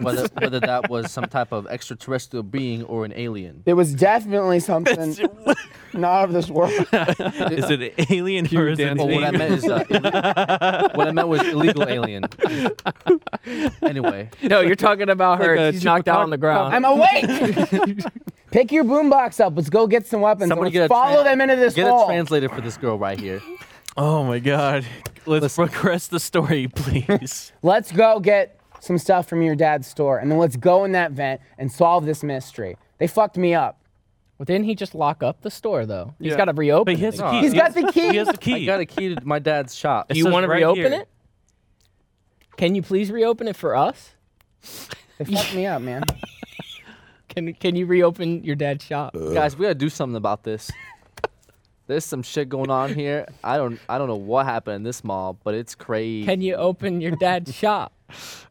whether whether that was some type of extraterrestrial being or an alien. There was definitely something not of this world. Is it an alien or is it dance Well, what I an meant is uh, illi- what I meant was illegal alien. anyway, No, you're talking about her. Like a She's knocked out on the ground. I'm awake. Pick your boombox up. Let's go get some weapons. Somebody and get let's a follow tran- them into this get hole. a translator for this girl right here. Oh my god. Let's progress the story, please. let's go get some stuff from your dad's store, and then let's go in that vent and solve this mystery. They fucked me up. Well, didn't he just lock up the store though? He's Yeah. got to reopen. But he it has the again. key. He's He got has- the key. He has the I key. got a key to my dad's shop. It Do you says want to right reopen here. it? Can you please reopen it for us? They fucked me up, man. Can Can you reopen your dad's shop? Uh. Guys, we gotta do something about this. There's some shit going on here. I don't I don't know what happened in this mall, but it's crazy. Can you open your dad's shop?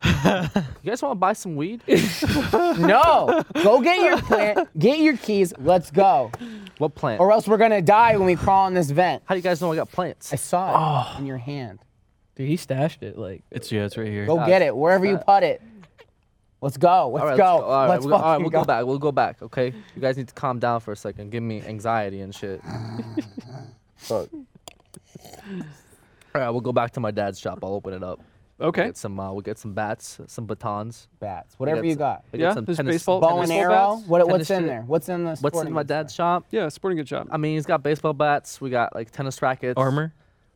you guys want to buy some weed? No, go get your plant, get your keys. Let's go, what plant? or else we're gonna die when we crawl in this vent. How do you guys know I got plants? I saw it in your hand. Dude, he stashed it. Like, It's yeah, it's right here. Go get it wherever you put it. Let's go. Let's All right, go. let's go. All right, Let's we, all right, fucking we'll go. go back. We'll go back. Okay, you guys need to calm down for a second. Give me anxiety and shit. Fuck. All right, we'll go back to my dad's shop. I'll open it up. Okay. Get some. Uh, we'll get some bats, some batons. Bats. Whatever you some- got. we Yeah, some there's tennis- baseball- Bow and Tennis arrow. bats? What, what's Tennis in shit. there? What's in the? What's in sporting my goods dad's store? shop? Yeah, sporting good job. I mean, he's got baseball bats. We got like tennis rackets. Armor.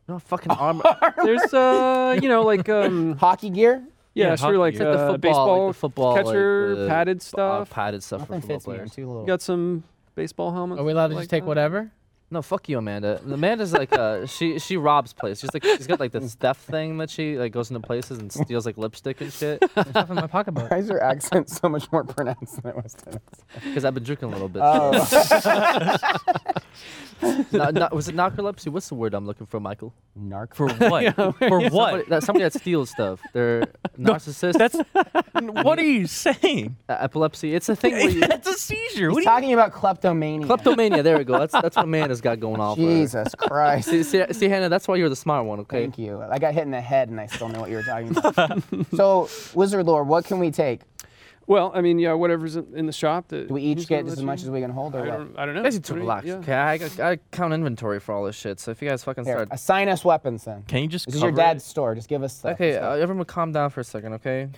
No fucking armor. There's uh, you know, like um, Hockey gear. yeah, Yeah, sure, hockey, like yeah. Like the uh, football, baseball, like the football, like catcher, the, padded uh, stuff. padded stuff Nothing for football fits me. I'm players. too little. You got some baseball helmets. are we allowed to just like take that? whatever? No, fuck you, Amanda. Amanda's like uh, she she robs places. She's like she's got like this theft thing that she like goes into places and steals like lipstick and shit. Stuff in my pocketbook. Why is your accent so much more pronounced than it was today? Because I've been drinking a little bit. Oh, No- no- was it narcolepsy? What's the word I'm looking for, Michael? narc. For what? For Somebody what? that, somebody that steals stuff. They're narcissist. That's what are you saying? uh, epilepsy. It's a thing where you. That's a seizure. What He's do you talking about kleptomania. Kleptomania. There we go. That's that's what Amanda's got going on. for her. Jesus Christ. See, see, see, Hannah. That's why you're the smart one. Okay. Thank you. I got hit in the head and I still knew what you were talking about. so, Wizard Lord, what can we take? Well, I mean, yeah, whatever's in, in the shop. That Do we each get just as much as we can hold I or what? don't, I don't know. You guys need to What do you- relax. yeah. Okay. I, got- I count inventory for all this shit. So if you guys fucking Here, start. assign us weapons then. Can you just This is your cover it? dad's store. Just give us stuff. Okay. Just Uh, like- everyone, calm down for a second. Okay.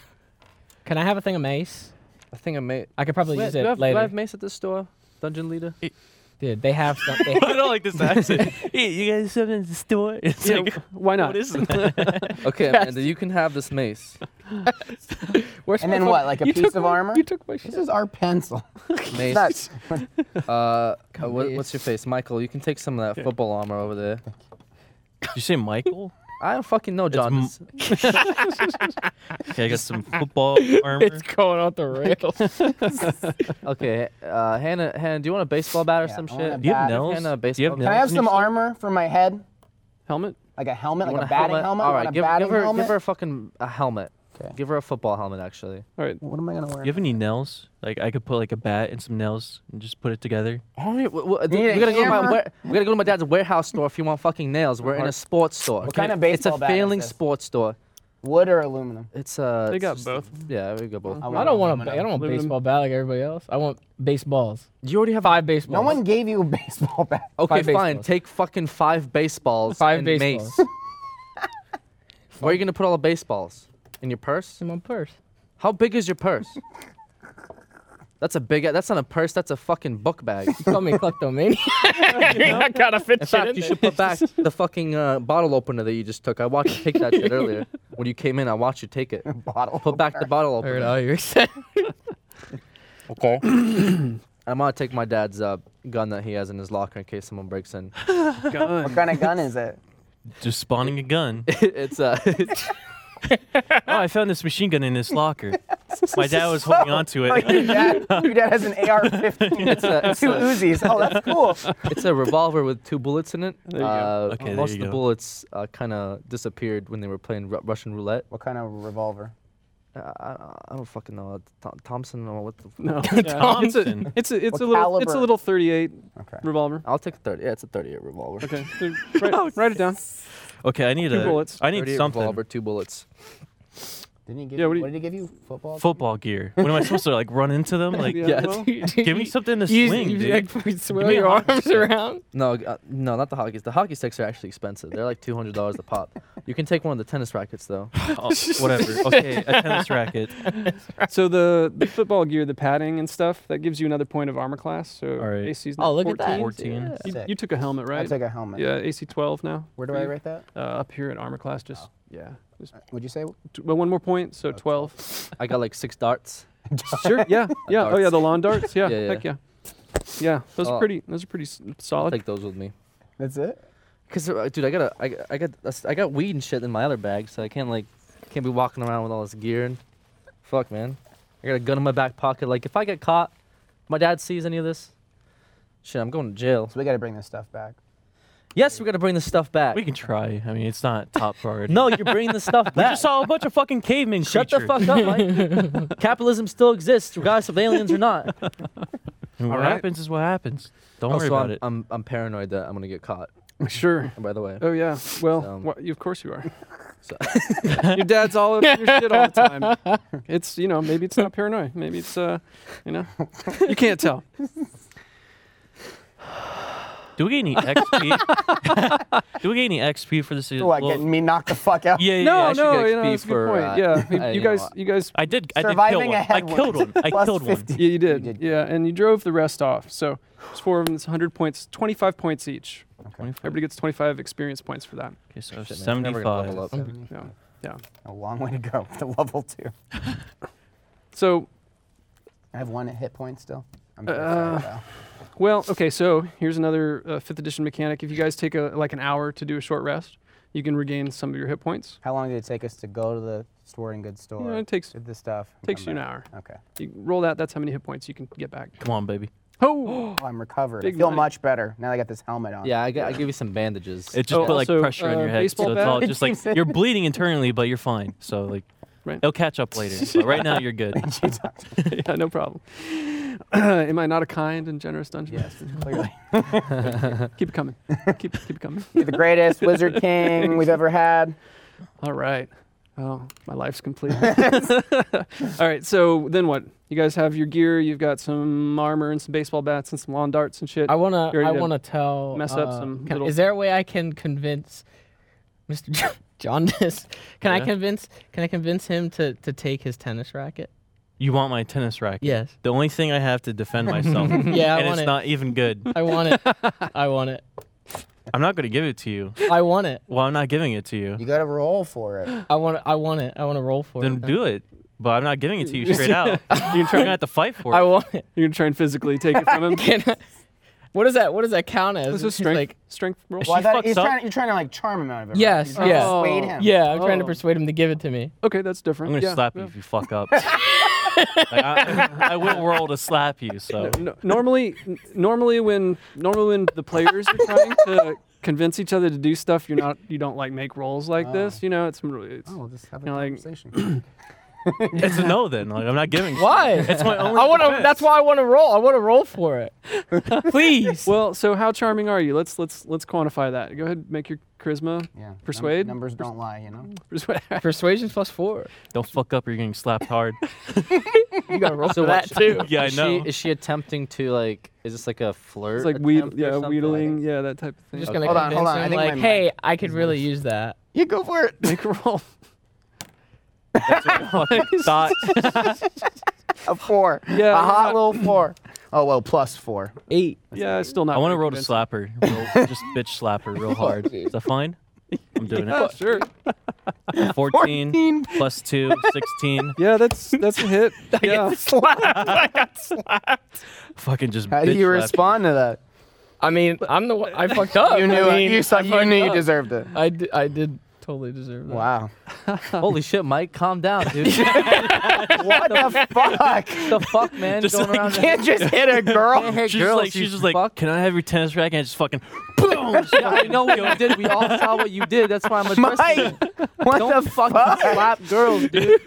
Can I have a thing of mace? I think I made. I could probably Wait, use do it I have, do I later. have mace at this store? Dungeon leader. Dude, they have something. I don't like this accent. hey, you guys something in the store? It's Yeah, like, why not? what is that? Okay, Amanda, you can have this mace. Where's And my then fuck- what? Like a You piece took of my- armor? You took my shit. This is our pencil. Mace. That's Uh, uh, what, what's your face, Michael? You can take some of that football armor over there. Did you say Michael? I don't fucking know, John. M- It's- Okay, I got some football armor. It's going off the rails. okay, uh, Hannah, Hannah, do you want a baseball bat or Yeah, some I want a shit? Do you have bad. nails? Hannah, Do you have baseball Can I nails have in some your- armor for my head? Helmet? Like a helmet, You like want a batting helmet? All I want right, a give, batting give her, helmet. give her a fucking a helmet. 'Kay. Give her a football helmet, actually. All right. What am I gonna wear? Do you have any nails? Like I could put like a bat and some nails and just put it together. All right, we, we, we need a gotta go to my hammer? ware- we gotta go to my dad's warehouse store if you want fucking nails. We're in a sports store. What kind of It's a baseball bat is failing this? sports store. Wood or aluminum? It's uh. They it's got just- both. Yeah, we got Uh, both. I don't want a, aluminum. I don't want a Aluminum. baseball bat like everybody else. I want baseballs. You already have Five baseballs. No one gave you a baseball bat. Okay, Five fine. baseballs. Take fucking five baseballs. Five and baseballs. Mace. Where are you gonna put all the baseballs? In your purse? in my purse. How big is your purse? That's a big. That's not a purse. That's a fucking book bag. You call me kleptomaniac. I gotta fit In shit fact, in you there. should put back the fucking uh, bottle opener that you just took. I watched you take that shit earlier. When you came in, I watched you take it. Bottle. Put back the bottle I heard opener. all your set. Okay. I'm gonna take my dad's uh, gun that he has in his locker in case someone breaks in. What kind of gun is it? Just spawning a gun. it's uh, oh, I found this machine gun in this locker. My dad was holding on to Oh, it. your, dad, your dad has an AR-15. It's a- it's two a- Uzis. Oh, that's cool. it's a revolver with two bullets in it. you go. Uh, Okay, there most you of the go. bullets uh, kind of disappeared when they were playing Ru- Russian roulette. What kind of revolver? Uh, I, I, I don't fucking know. Thom- Thompson or what the. F- No. It's a Thompson. it's a, it's What a little it's a caliber? little 38 Okay. revolver. I'll take a 30. Yeah, it's a 38 revolver. Okay. so write, write it down. Okay, I need Two a. I bullets. need 38 something. revolver, two bullets. Didn't he give Yeah, you, what what, do you- did he give you? Football? Football gear. What am I supposed to like run into them? Like, Yeah, well, give me something to You, swing, you dude. like fucking swirl me a your hockey arms stick. around. No, uh, no, not the hockey. The hockey sticks are actually expensive. They're like $200 a pop. You can take one of the tennis rackets, though. Oh, whatever. Okay, a tennis racket. so the, the football gear, the padding and stuff, that gives you another point of armor class. So All right. AC's Oh, look 14. at that. 14. Yeah. You, Sick. you took a helmet, I right? took a helmet. yeah, AC 12 now. Where do for I you. write that? Uh, up here at armor class, just yeah. Just Would you say? t- well, one more point, so 12. I got like six darts. sure. Yeah. Yeah. Oh yeah, the lawn darts. Yeah. Yeah, yeah. Heck yeah. Yeah. Those Oh. are pretty. Those are pretty s- I'll solid. take those with me. That's it. Cause, uh, dude, I got a, I, got- I got, a s- I got weed and shit in my other bag, so I can't like, can't be walking around with all this gear and, fuck, man. I got a gun in my back pocket. Like, if I get caught, my dad sees any of this, shit, I'm going to jail. So we got to bring this stuff back. Yes, we gotta bring this stuff back. We can try. I mean, it's not top priority. no, you're bringing this stuff we back. just saw a bunch of fucking cavemen. Shut the fuck up, Mike. Capitalism still exists, regardless of aliens or not. And what All right. happens is what happens. Don't worry Also, about I'm, it. I'm, I'm paranoid that I'm gonna get caught. Sure. By the way, Oh yeah. Well, Um, wha- you, of course you are. So- your dad's all over your shit all the time. It's you know maybe it's not paranoia. Maybe it's uh you know you can't tell. Do we get any XP? Do we get any XP for this? For what? little- Getting me knocked the fuck out. yeah, yeah, yeah. no, I should- no, get you know XP that's a good for, point. uh, yeah, I- you you know guys, what? you guys, I did. I did kill Surviving one. a I head killed wound. one. I Plus killed one. 50. yeah, you did, did. yeah, and you drove the rest off. So it's four of them. It's 100 points, 25 points each. 25. Everybody gets 25 experience points for that. Okay, so Shit, man, I'm never gonna level 75. up. Yeah. A long way to go to level two. So I have one hit point still. I'm very Uh, sorry, though. Well, okay, so here's another uh, fifth edition mechanic. If you guys take a like an hour to do a short rest, you can regain some of your hit points. How long did it take us to go to the store and good You store? know, it takes did the stuff. and takes you come an back? hour. Okay. You roll that. That's how many hit points you can get back. Come on, baby. Oh, Oh, I'm recovered. I Big feel money. much better now. That I got this helmet on. yeah, I, g- I give you some bandages. It just Oh, put like also, pressure on uh, your head, baseball so it's bat? all just like you're bleeding internally, but you're fine. So like, Right. it'll catch up later. But right now, you're good. yeah, no problem. Am I not a kind and generous dungeon? Yes. Clearly. Keep it coming. keep keep it coming. You're the greatest wizard king we've ever had. All right. Oh, my life's complete. All right. So then what? You guys have your gear. You've got some armor and some baseball bats and some lawn darts and shit. I wanna, You ready I to wanna tell. mess up uh, some can- little- Is there a way I can convince Mr. John- Jaundice? Can I Yeah. convince? Can I convince him to to take his tennis racket? You want my tennis racket? Yes. The only thing I have to defend myself. Yeah, I and want it's it. not even good. I want it. I want it. I'm not gonna give it to you. I want it. Well, I'm not giving it to you. You gotta roll for it. I want. I want it. I want to roll for Then it. do it. But I'm not giving it to you straight out. You're trying to have to fight for I it. want it. You're gonna try and physically take it from him. Can I, what does that? What does that count as? this is It's strength. Like, strength roll. Well, I I thought he's fucks up. trying, you're trying to like charm him out of it. right? Yes, You're trying to yeah. Persuade him. yeah, I'm trying to Oh. persuade him to give it to me. Okay, that's different. I'm gonna Yeah, slap yeah. you if you fuck up. like, I, I went roll to slap you, so No, normally, n- normally when normally when the players are trying to convince each other to do stuff, you're not you don't like make rolls like this. You know, it's, really- it's Oh, we'll just have a You know, like- conversation. it's a no. Then, like, I'm not giving. it. Why? It's my only. I want to. defense. That's why I want to roll. I want to roll for it. Please. well. So how charming are you? Let's let's let's quantify that. Go ahead, make your charisma. Yeah. num- Persuade? numbers don't lie, you know. Persuade. Persuasion's plus four. Don't fuck up. or You're getting slapped hard. You gotta roll So for that what- too. yeah, I is know. She, is she attempting to like? Is this like a flirt? It's like weed, wheed, yeah, wheedling, yeah, that type of I'm thing. just gonna Uh, Hold on, convince hold on, I him think my like, mic hey, I could really use that. You go for it. Make a roll. That's what I fucking thought. A four. Yeah, A hot not- little four. Oh well, plus four. Eight. Yeah, it's still not. I want to very roll to convincing. slap her. Roll, just bitch slap her real hard. Is that fine? I'm doing Yeah, Oh, sure. it. 14, 14 plus 2, 16. Yeah, that's that's a hit. yeah. Fucking just How bitch do you slap respond to that? I mean, I'm the one. I fucked up. You knew I mean, it. You, saw, I you fucked knew you up. deserved it. I did, I did totally deserve that. Wow. Holy shit, Mike, calm down, dude. what What the fuck? the fuck, man? Just going like- around Can't just hit a girl. Hey, She's just girls, like, you she's just like, fuck. can I have your tennis racket? And just fucking, boom. Just Yeah, I know what you did. We all saw what you did. That's why I'm addressing Mike, you. what Don't the fucking fuck? slap girls, dude.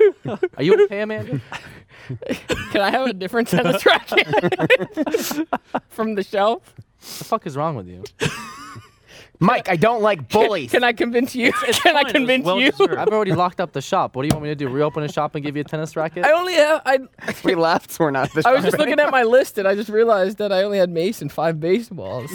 Are you okay, man? Can I have a different tennis racket from the shelf? The fuck is wrong with you? Mike, I don't like bullies. Can I convince you? Can I fine, it was convince well you? deserved. I've already locked up the shop. What do you want me to do? Reopen a shop and give you a tennis racket? I only have I. we left. We're not. I was just looking at my list and I just realized that I only had mace and five baseballs.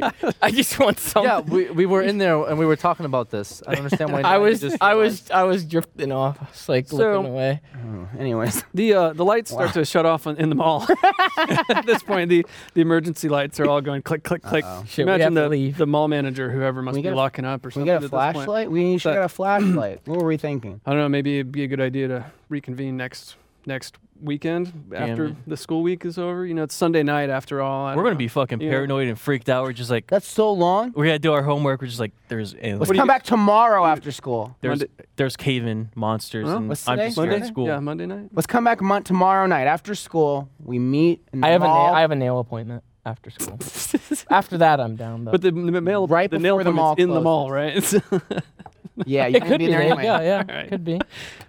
I just want something. yeah, we, we were in there and we were talking about this. I don't understand why. now I you was just I was I was drifting off. I was like So- looking away. Oh, Anyways, The uh, the lights start to shut off in, in the mall. At this point, the, the emergency lights are all going click click click. Shit, we have Imagine to the leave. the mall manager, whoever must We be got a- locking up or we something. got at a this point. flashlight. We should But- got a flashlight. What were we thinking? I don't know. Maybe it'd be a good idea to reconvene next next weekend after it. the school week is over. You know, it's Sunday night after all. I We're don't going to be know. fucking Yeah. paranoid and freaked out. We're just like, That's so long. we're going to do our homework. We're just like, there's aliens. Let's come back tomorrow after school. There's, Monday- there's cave-in monsters. Huh? and What's I'm today? just here at Monday? school. Yeah, Monday night. Let's come back mon- tomorrow night after school. We meet. In the I have a mall. nail, I have a nail appointment after school. after that, I'm down though. But the, the mail Right the nail before the appointment's in mall the mall, right? It's- yeah, you it can could be be, there there. anyway. Yeah, yeah, Alright. could be.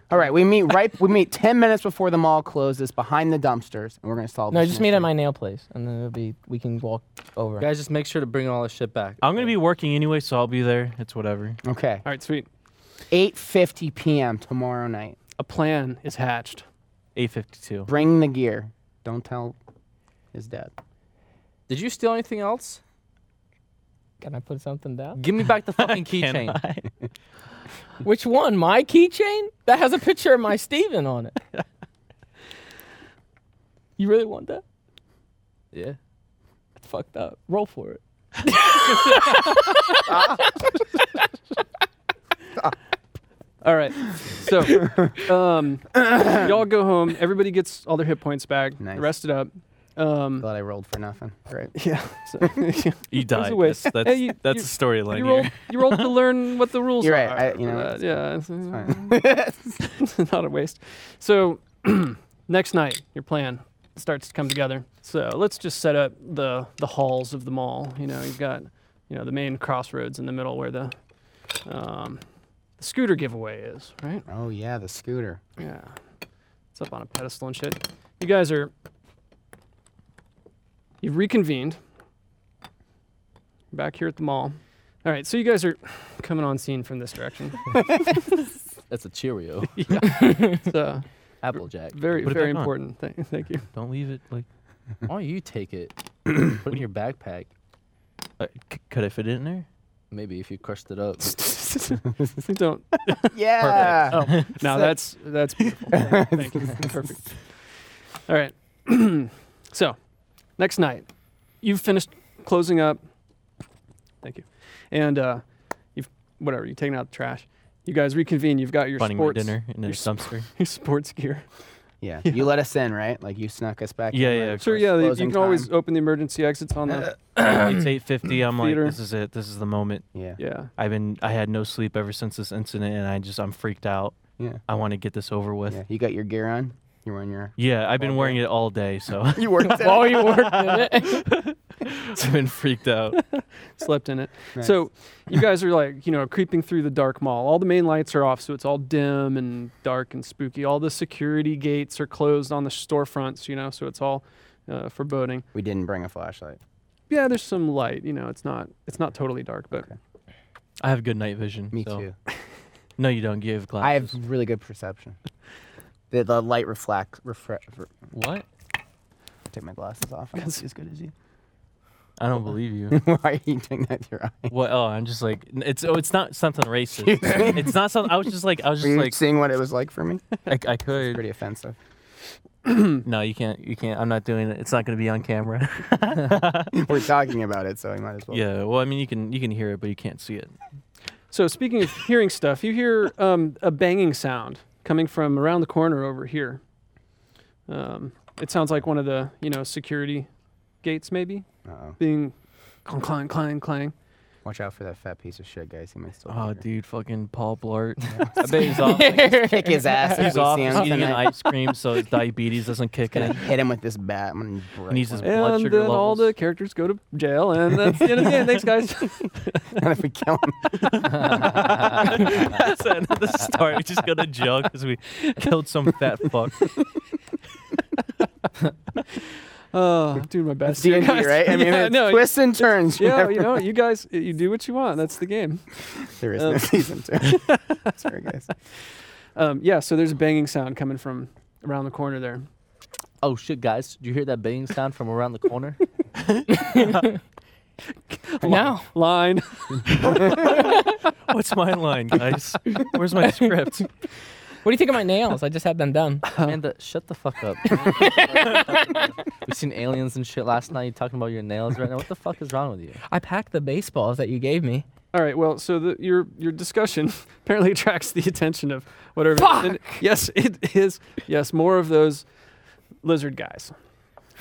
All right, we meet right. We meet ten minutes before the mall closes behind the dumpsters, and we're gonna solve. No, this just meet at my mystery. nail place, and then it'll be we can walk over. Guys, just make sure to bring all this shit back. I'm going to be working anyway, so I'll be there. It's whatever. Okay, all right, sweet. eight fifty p.m. tomorrow night. A plan is hatched. 852. Bring the gear. Don't tell his dad. Did you steal anything else? Can I put something down? Give me back the fucking keychain. Mm-hmm. Which one? My keychain that has a picture of my Steven on it. you really want that? Yeah. It's fucked up. Roll for it. All right. So, um, y'all go home. Everybody gets all their hit points back. Nice. Rest it up. Um, Glad I rolled for nothing. Great. yeah. So, you You died. waste. That's, that's, Hey, you- that's you- a storyline here. rolled. You rolled to learn what the rules You're are. right, I- you for know, that. it's- yeah. It's, fine. not a waste. So, next night, your plan starts to come together. So let's just set up the the halls of the mall. You know, you've got you know the main crossroads in the middle where the um, the scooter giveaway is, right? Oh yeah, the scooter. Yeah. It's up on a pedestal and shit. You guys are. You've reconvened. Back here at the mall. All right, so you guys are coming on scene from this direction. That's a Cheerio. It's uh, Applejack. very, Put it very back on. important. Thank, thank you. Don't leave it. Like, Why don't you take it? Put it in your backpack. uh, c- could I fit it in there? Maybe if you crushed it up. You don't. Yeah. Oh. Now that's that's beautiful. Thank you. Perfect. All right. so, next night, you've finished closing up. Thank you. And uh, you've whatever you've taken out the trash. You guys reconvene. You've got your Finding my sports dinner in a your sp- dumpster. your sports gear. Yeah. You let us in, right? Like you snuck us back. Yeah, in, yeah, like, of Sure, yeah, you closing can always time. Uh, open the emergency exits on the. it's 8:50. I'm like, Theater. this is it. This is the moment. Yeah. Yeah. I've been. I had no sleep ever since this incident, and I just. I'm freaked out. Yeah. I want to get this over with. Yeah. Yeah, You got your gear on. You're wearing your. I've been wearing it all day, so You worked it. Oh, you worked in it. I've been freaked out. slept in it. So you guys are like, you know, creeping through the dark mall. All the main lights are off, so it's all dim and dark and spooky. All the security gates are closed on the storefronts, you know, so it's all uh, foreboding. we didn't bring a flashlight. Yeah, there's some light, you know, it's not it's not totally dark, but I have good night vision. Me so- too. No, you don't. You have glasses. I have really good perception. The, the light reflect. Refre- re- what? take my glasses off. I don't see as good as you. I don't believe you. Why are you doing that to your eye? what? Oh, I'm just like n- it's. Oh, it's not something racist. it's not something. I was just like. I was Were just you like. seeing what it was like for me? I, I could. Pretty offensive. No, you can't. You can't. I'm not doing it. It's not going to be on camera. We're talking about it, so we might as well. yeah. Well, I mean, you can. You can hear it, but you can't see it. so speaking of hearing stuff, you hear um, a banging sound coming from around the corner over here. Um, it sounds like one of the, you know, security gates maybe Uh-oh. being clang clang clang clang. Watch out for that fat piece of shit, guys. He might still. be Oh, here. dude, fucking Paul Blart. I bet he's off. Kick his ass. if He's we off. see He's him eating an tonight. ice cream, so his diabetes doesn't kick gonna in. hit him with this bat. I'm gonna break needs one his- of blood and sugar then all levels. the characters go to jail, and that's the end of the game. Thanks, guys. them. Not if we kill him. That's the end of the story. We just go to jail because we killed some fat fuck. Uh, doing my best. D here, and D, guys. right? I mean, yeah, it's no, twists and turns. yeah, you know, you guys, you do what you want. That's the game. there is um, no season two. Sorry, guys. Um, yeah, so there's a banging sound coming from around the corner there. Oh shit, guys! Did you hear that banging sound from around the corner? No. Line. What's my line, guys? Where's my script? What do you think of my nails? I just had them done. Amanda, shut the fuck up. we seen aliens and shit last night. You talking about your nails right now? What the fuck is wrong with you? I packed the baseballs that you gave me. All right. Well, so the, your your discussion apparently attracts the attention of whatever. and yes, it is. Yes, more of those lizard guys.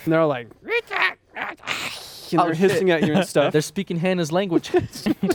And they're all like, and they're hissing at you and stuff. They're speaking Hannah's language. Wait,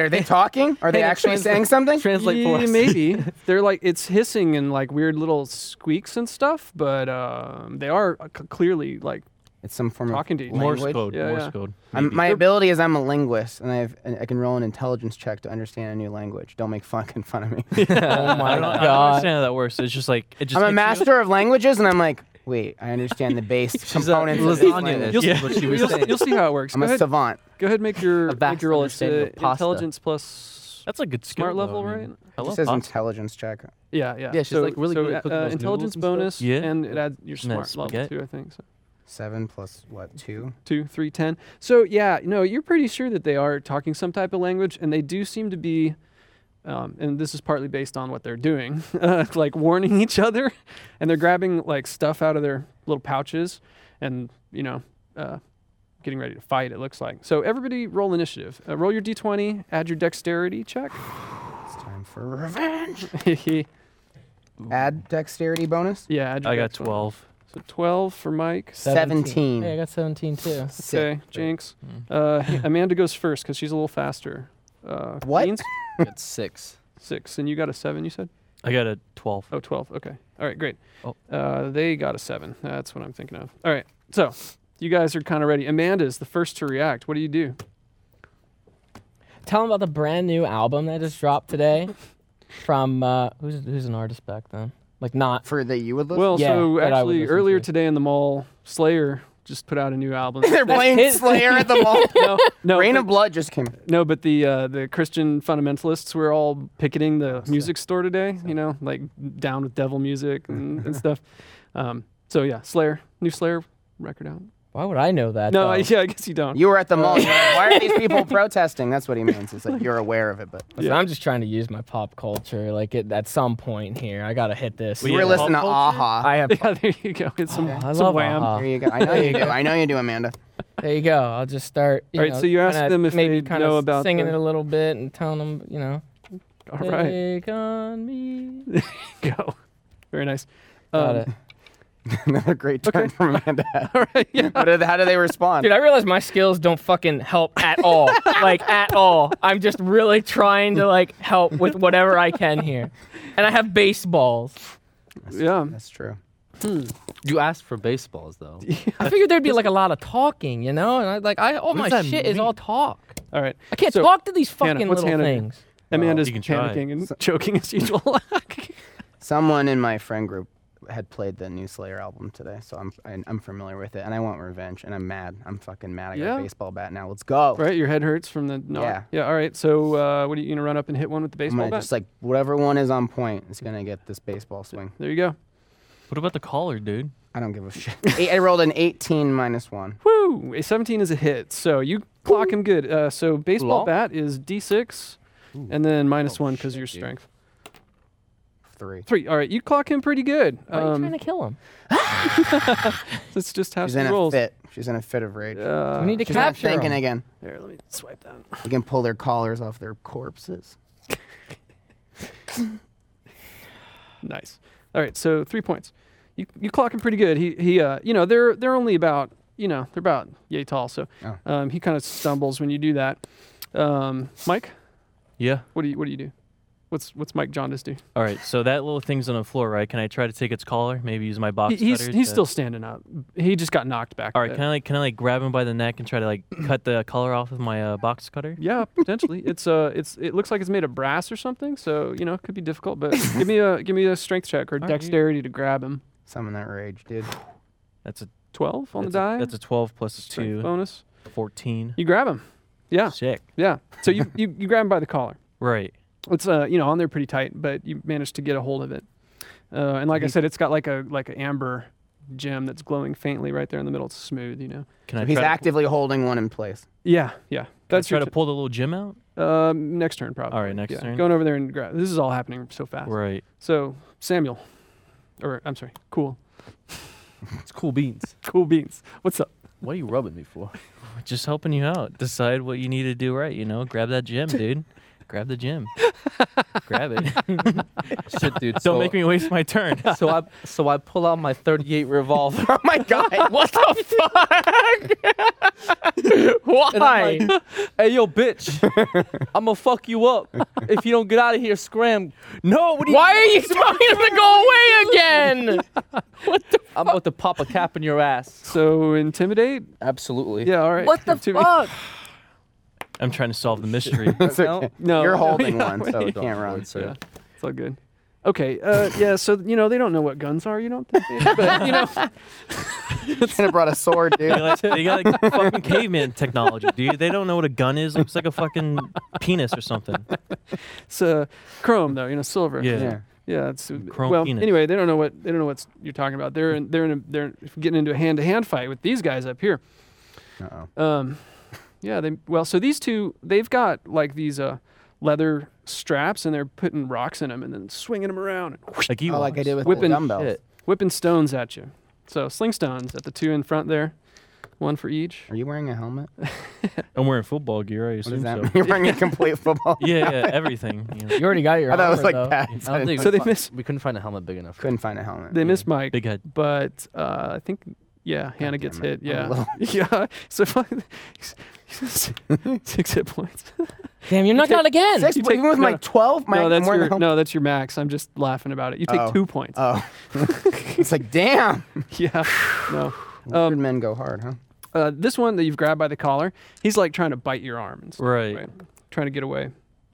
are they talking? Are they actually saying something? Translate for Yeah, us. Maybe they're like it's hissing and like weird little squeaks and stuff, but um, they are uh, c- clearly like It's some Mm. form talking to you. of Morse language. code. Yeah, Morse yeah. code. I'm, my ability is I'm a linguist, and I have and I can roll an intelligence check to understand a new language. Don't make fucking fun of me. Oh I my don't, I don't god. understand how that works. It's just like it just. I'm a hits you. master of languages, and I'm like, wait, I understand the base components of this language. You'll Yeah. see what she was You'll, saying. you'll see how it works. I'm Go a ahead, savant. go ahead, make your make vast your roll. It's understanding uh, of pasta. intelligence plus That's a good skill. smart though, level, I right? mean, I It love says pasta. intelligence check. Yeah, yeah. Yeah, she's, so, like, really so, good at uh, cooking those noodles intelligence and stuff. bonus, Yeah. and it adds your smart Nice level spaghetti. too. I think so. Seven plus what? Two. two, three, ten. So yeah, no, you're pretty sure that they are talking some type of language, and they do seem to be. Um, and this is partly based on what they're doing, uh, like warning each other, and they're grabbing like stuff out of their little pouches, and you know, uh, getting ready to fight. It looks like. So everybody, roll initiative. Uh, roll your d20. Add your dexterity check. It's time for revenge. yeah, Add dexterity bonus. add your I got dex bonus. 12. So 12 for Mike. Seventeen. Hey, I got 17 too. Sick. Okay, Jinx. Mm. Uh, Amanda goes first because she's a little faster. Uh, What? Beans? Got six. Six, and you got a seven, you said? I got a 12. Oh, 12. Okay. All right, great. Oh. Uh, they got a seven. That's what I'm thinking of. All right. So you guys are kind of ready. Amanda's the first to react. What do you do? Tell them about the brand new album that just dropped today from uh, who's who's an artist back then? Like not For that you would listen. Well, Yeah, so that I would actually, listen earlier to. today in the mall, Slayer just put out a new album. They're playing his- Slayer at the mall. no, no, Rain but- of Blood just came. No, but the uh, the Christian fundamentalists were all picketing Oh, the music store today. You know, like down with devil music and, and stuff. Um, so yeah, Slayer, new Slayer record out. Why would I know that? No, though? I, yeah, I guess you don't. You were at the mall. you're like, Why are these people protesting? That's what he means. It's like you're aware of it, but Listen, I'm just trying to use my pop culture. Like it, at some point here, I gotta hit this. We you were have listening to pop culture? Aha. I have. Oh, yeah, there you go. It's some, I some love wham. Aha. There you go. I know you do. I know you do, Amanda. There you go. I'll just start. You All right, know, so you asked kinda them if maybe they kinda know s- about singing the- it a little bit and telling them, you know, All right, take on me. go. Very nice. Got Um, it. Another great turn from Amanda. All right, yeah. What do they- how do they respond? Dude, I realize my skills don't fucking help at all. like at all. I'm just really trying to like help with whatever I can here. And I have baseballs. yeah. That's true. You asked for baseballs though. I figured there'd be like a lot of talking, you know? And I like I all my does that shit is all talk. All right. I can't So, talk to these Hannah, fucking what's little Hannah do? things. Amanda's You can try. panicking and choking as usual. Someone in my friend group had played the new Slayer album today, so I'm I, I'm familiar with it, and I want revenge, and I'm mad. I'm fucking mad. I got Yeah. a baseball bat now. Let's go. right, your head hurts from the knock. Yeah. Yeah. All right. So, uh, what are you gonna run up and hit one with the I'm baseball gonna bat? just like whatever one is on point is gonna get this baseball swing. there you go. What about the collar, dude? I don't give a shit. Eight, I rolled an 18 minus one. Woo! A 17 is a hit, so you clock him good. Uh, so baseball Law? bat is d6, and Oh, then minus one because your strength. Three. Three. All right, you clock him pretty good. Why are you Um, trying to kill him? that's just how She's she in a rolls. fit. She's in a fit of rage. we need to She's not capture him. thinking again. Here, let me swipe down. You can pull their collars off their corpses. Nice. All right, so three points. You you clock him pretty good. He he. Uh, you know they're they're only about you know they're about yay tall, so Oh. um, he kind of stumbles when you do that. Um, Mike, Yeah. what do you what do you do? What's what's Mike Jaundice do? All right. So that little thing's on the floor, right? Can I try to take its collar? Maybe use my box He, he's cutter he's to- still standing up. He just got knocked back. Uh, a All right. bit. Can I like can I like grab him by the neck and try to like cut the collar off with my uh, box cutter? Yeah, potentially. it's uh, it's it looks like it's made of brass or something. So you know, it could be difficult. But give me a give me a strength check or right, you- dexterity to grab him. Summon that rage, dude. That's a Twelve on that's the a- die. that's a 12 plus a strength 2, bonus. 14. You grab him. Yeah, Sick. yeah. So you you, you grab him by the collar. Right. It's uh, you know, on there pretty tight, but you managed to get a hold of it. Uh, and like I said, it's got like a like an amber gem that's glowing faintly right there in the middle. It's smooth, you know. Can So I he's try to, actively holding one in place. Yeah, yeah. can I That's try your to pull the little gym out? t- um, next turn probably. All right, next yeah. turn. Going over there and grab. This is all happening so fast. Right. So Samuel, or I'm sorry, cool, It's cool beans. cool beans. What's up? What are you rubbing me for? Just helping you out. Decide what you need to do right, you know? Grab that gym, dude. Grab the gym. Grab it. Shit, dude. Don't so- make me waste my turn. So I so I pull out my 38 revolver. Oh my god! What the fuck? And Why? I'm like, hey, yo, bitch, I'm gonna fuck you up if you don't get out of here. Scram! No, what do you? Why are you telling him to go away again? I'm about to pop a cap in your ass. So intimidate? Absolutely. Yeah, all right. What the Intimi- fuck? I'm trying to solve the mystery. No, You're no, holding yeah, one, so wait. it can't run. Yeah, it's all good. Okay, uh, yeah. So you know they don't know what guns are. You don't think, they do, but you know. Should have brought a sword, dude. They got, like, they got like fucking caveman technology, dude. They don't know what a gun is. Looks like a fucking penis or something. It's uh, chrome though, you know, silver. Yeah. Yeah. yeah. It's uh, Chrome well. penis. Anyway, they don't know what they don't know what you're talking about. They're in, they're in a, they're getting into a hand-to-hand fight with these guys up here. Uh-oh. Um, yeah, they well, so these two they've got like these uh leather straps and they're putting rocks in them and then swinging them around, and whoosh, Like Ewoks. Oh, like I did with Whipping the dumbbells. shit. whipping stones at you. So sling stones at the two in front there, one for each. Are you wearing a helmet? I'm wearing football gear. I What assume is that? so. mean? You're wearing a complete football. Yeah, yeah, everything. you know. You already got your I thought it was armor, like though. pads. I don't think So we they fi- miss- We couldn't find a helmet big enough. Couldn't find a helmet. They missed Mike, Big head. but uh, I think yeah, Hannah gets damn hit. it. I'm a Yeah, yeah. So six hit points. Damn, you're knocked out again. Six, You even take- with no, my no. 12, my no, that's more your helmet. no, that's your max. I'm just laughing about it. You take Oh. two points. Oh. it's like, damn. yeah, no. Um, Leopard men go hard, huh? Uh, this one that you've grabbed by the collar, he's like trying to bite your arm. And stuff, Right. Trying to get away.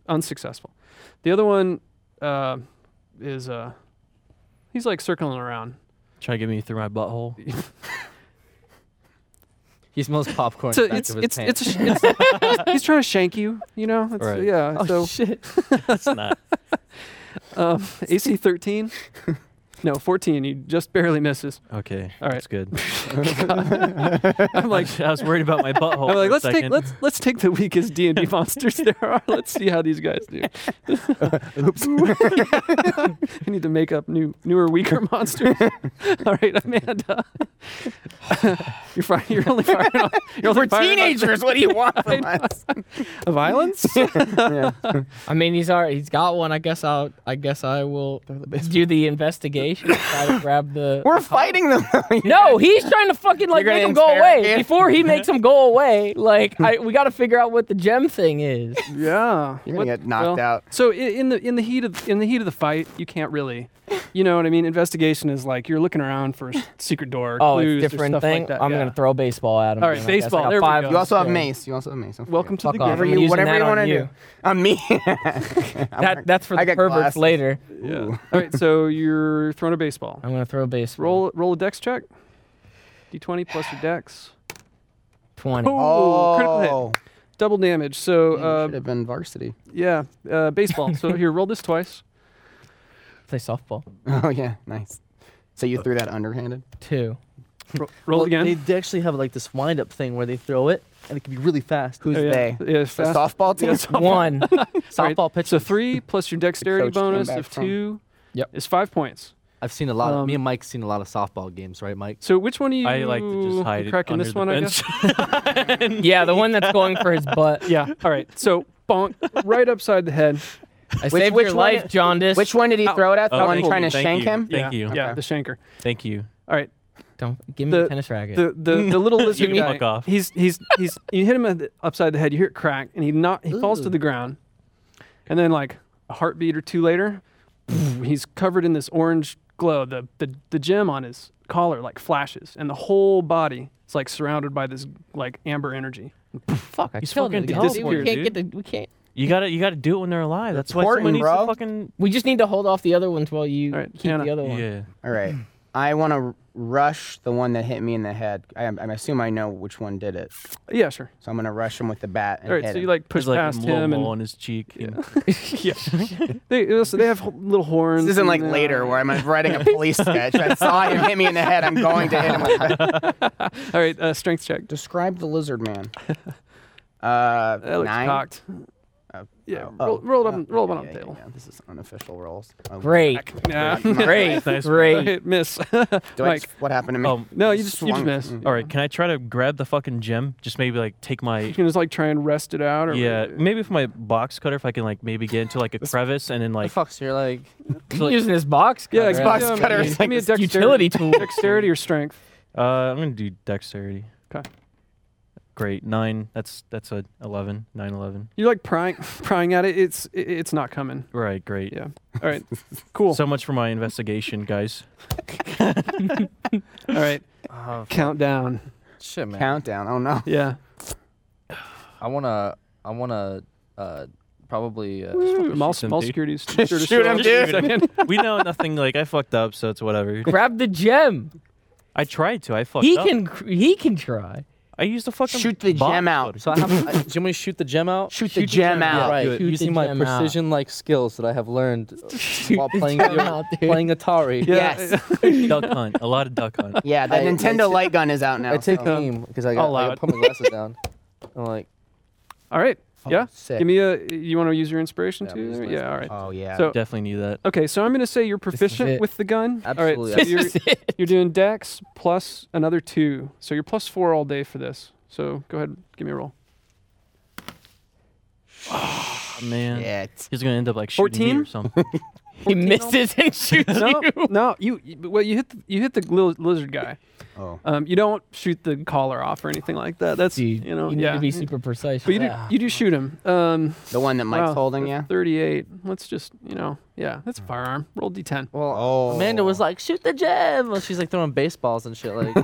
Unsuccessful. The other one uh, is uh, he's like circling around. Try to get me through my butthole. He smells popcorn. So in the back it's of his it's pants. it's, it's, he's trying to shank you. You know. It's- Right. Yeah. oh so shit! That's not. um, AC 13. No, 14. You just barely misses. Okay. All right. That's good. I'm like, I was worried about my butthole. I'm like, for a let's take second. let's let's take the weakest D and D monsters there are. Let's see how these guys do. Oops. I need to make up new newer weaker monsters. All right, Amanda. you're firing. You're only firing. Off, you're only We're firing off teenagers. What do you want I from us? the violence. I mean, he's already he's got one. I guess I'll I guess I will do the investigation. Try to grab the. We're fighting them. no, he's trying to fucking like You're make gonna him go away interrogate him? before he makes him go away. Like I, we got to figure out what the gem thing is. yeah. You're What- gonna get knocked well, out. So i- in the in the heat of in the heat of the fight, you can't really, you know what I mean. Investigation is like you're looking around for s- secret door Oh, clues it's or different stuff thing. like that. I'm yeah. gonna throw a baseball at him. All right, then, I guess. I baseball, got there we five go. You also have skills. mace. You also have mace. Don't forget. Welcome to Fuck the off. game. I'm Whatever you, using whatever that you on want to do. you. On me. That, that's for I the got perverts glasses. later. Yeah. All right. So you're throwing a baseball. I'm gonna throw a baseball. Roll roll a dex check. D20 plus your dex. twenty. Oh, critical hit. Double damage. So should uh, have been varsity. yeah, uh, baseball. so here, roll this twice. Play softball. Oh yeah, nice. So you threw that underhanded? Two. Ro- roll Well, again. They, they actually have like this wind up thing where they throw it and it can be really fast. Who's Oh, yeah. they? Yeah, The fast. softball team. Yeah, softball. One. Alright, Softball pitch. So three plus your dexterity coach came bonus back of from- two Yep. is five points. I've seen a lot. of, um, me and Mike's seen a lot of softball games, right, Mike? So which one are you? I like to just you hide it cracking under this the one, I guess. bench. yeah, the one that's going for his butt. Yeah. All right. So bonk right upside the head. I saved which your one- life, jaundice. Which one did he Ow. throw it at? The Oh, one thank trying you, to thank shank you, him? Thank you. Yeah. Okay. The shanker. Thank you. All right. Don't give me the, The- tennis racket. the the, the little lizard You guy, fuck off. He's he's he's you hit him at the- upside the head. You hear it crack, and he not he falls to the ground, and then like a heartbeat or two later, he's covered in this orange glow. The the the gem on his collar like flashes, and the whole body is like surrounded by this like amber energy. fuck, I he's killed fucking it. dumb, We can't dude. get the. We can't. You gotta you gotta do it when they're alive. That's why someone Important, needs to bro. fucking We just need to hold off the other ones while you All right, keep Hannah. the other one. yeah. All right. I want to rush the one that hit me in the head. I, I assume I know which one did it, Yeah, sure. so I'm gonna rush him with the bat and All right, hit so you him. like push There's like past a little him, mole and on his cheek. and- yeah, they so they have ho- little horns. This isn't and uh, like they're- later where I'm writing a police sketch. I saw him hit me in the head. I'm going to hit him. With a- All right, uh, strength check. Describe the lizard man. Uh, That looks nine. cocked. Oh, Yeah, oh, roll, roll it up, oh, on- roll it up yeah, on the yeah, table. yeah, This is unofficial rolls. Oh, Great. Yeah. Great. Great. Hit miss. do I Mike. Oh, just- what happened to me? Um, No, you just you just Swung. miss. Mm. all right, can I try to grab the fucking gem? Just maybe like take You my can just like try and rest it out or yeah, maybe with my box cutter if I can like maybe get into like a crevice and then the like fuck's you're like? He's using his box. Yeah, cutter. Xbox yeah, cutter give is me like a this dexterity- utility tool. Dexterity or strength. uh I'm gonna do dexterity. 'Kay. Great. Nine. That's that's a 11. 9, 11. You're like prying prying at it. It's it, it's not coming. Right. Great. Yeah. All right. Cool. So much for my investigation, guys. All right. Oh, Countdown. shit, man. Countdown. Oh no. Yeah. I wanna, I wanna, uh, probably. Uh, Mall, shoot him, mall dude. securities. shoot him, dude. dude. we know nothing. Like I fucked up, so it's whatever. Grab the gem. I tried to. I fucked He up. can. cr- He can try. I used the fucking Shoot the box gem out. cutter. so I have. I, do you want me to shoot the gem out? Shoot the gem out. right. do it. Shoot the Using my gem out. precision-like skills that I have learned while the playing gem out, dude. playing Atari. Yes. duck hunt. A lot of duck hunt. Yeah, the I- I Nintendo take- light gun is out now. I take so- aim because I got, I'll allow I got it. put my glasses down. I'm like, All right. Yeah. sick. Give me a. You want to use your inspiration too? use there? my Yeah. All right. Oh yeah. So Definitely knew that. okay. So I'm gonna say you're is proficient it. with the gun. Absolutely. All right. So you're, This is it. You're doing dex plus another two. So you're plus four all day for this. So go ahead, give me a roll. Oh, man. Shit. He's gonna end up like shooting me or 14? something. He misses and shoots No, you. no, you you- well, you hit the, you hit the li- lizard guy. Oh. Um, you don't shoot the collar off or anything like that. That's Dude, you know, you need yeah. to be super precise. Ah, but you for do, that. you do shoot him. Um, The one that Mike's wow, holding, yeah. 38. Let's just, you know, yeah, that's a firearm. Roll d10. well, Oh. Amanda was like, shoot the gem. Well, she's like throwing baseballs and shit. Like,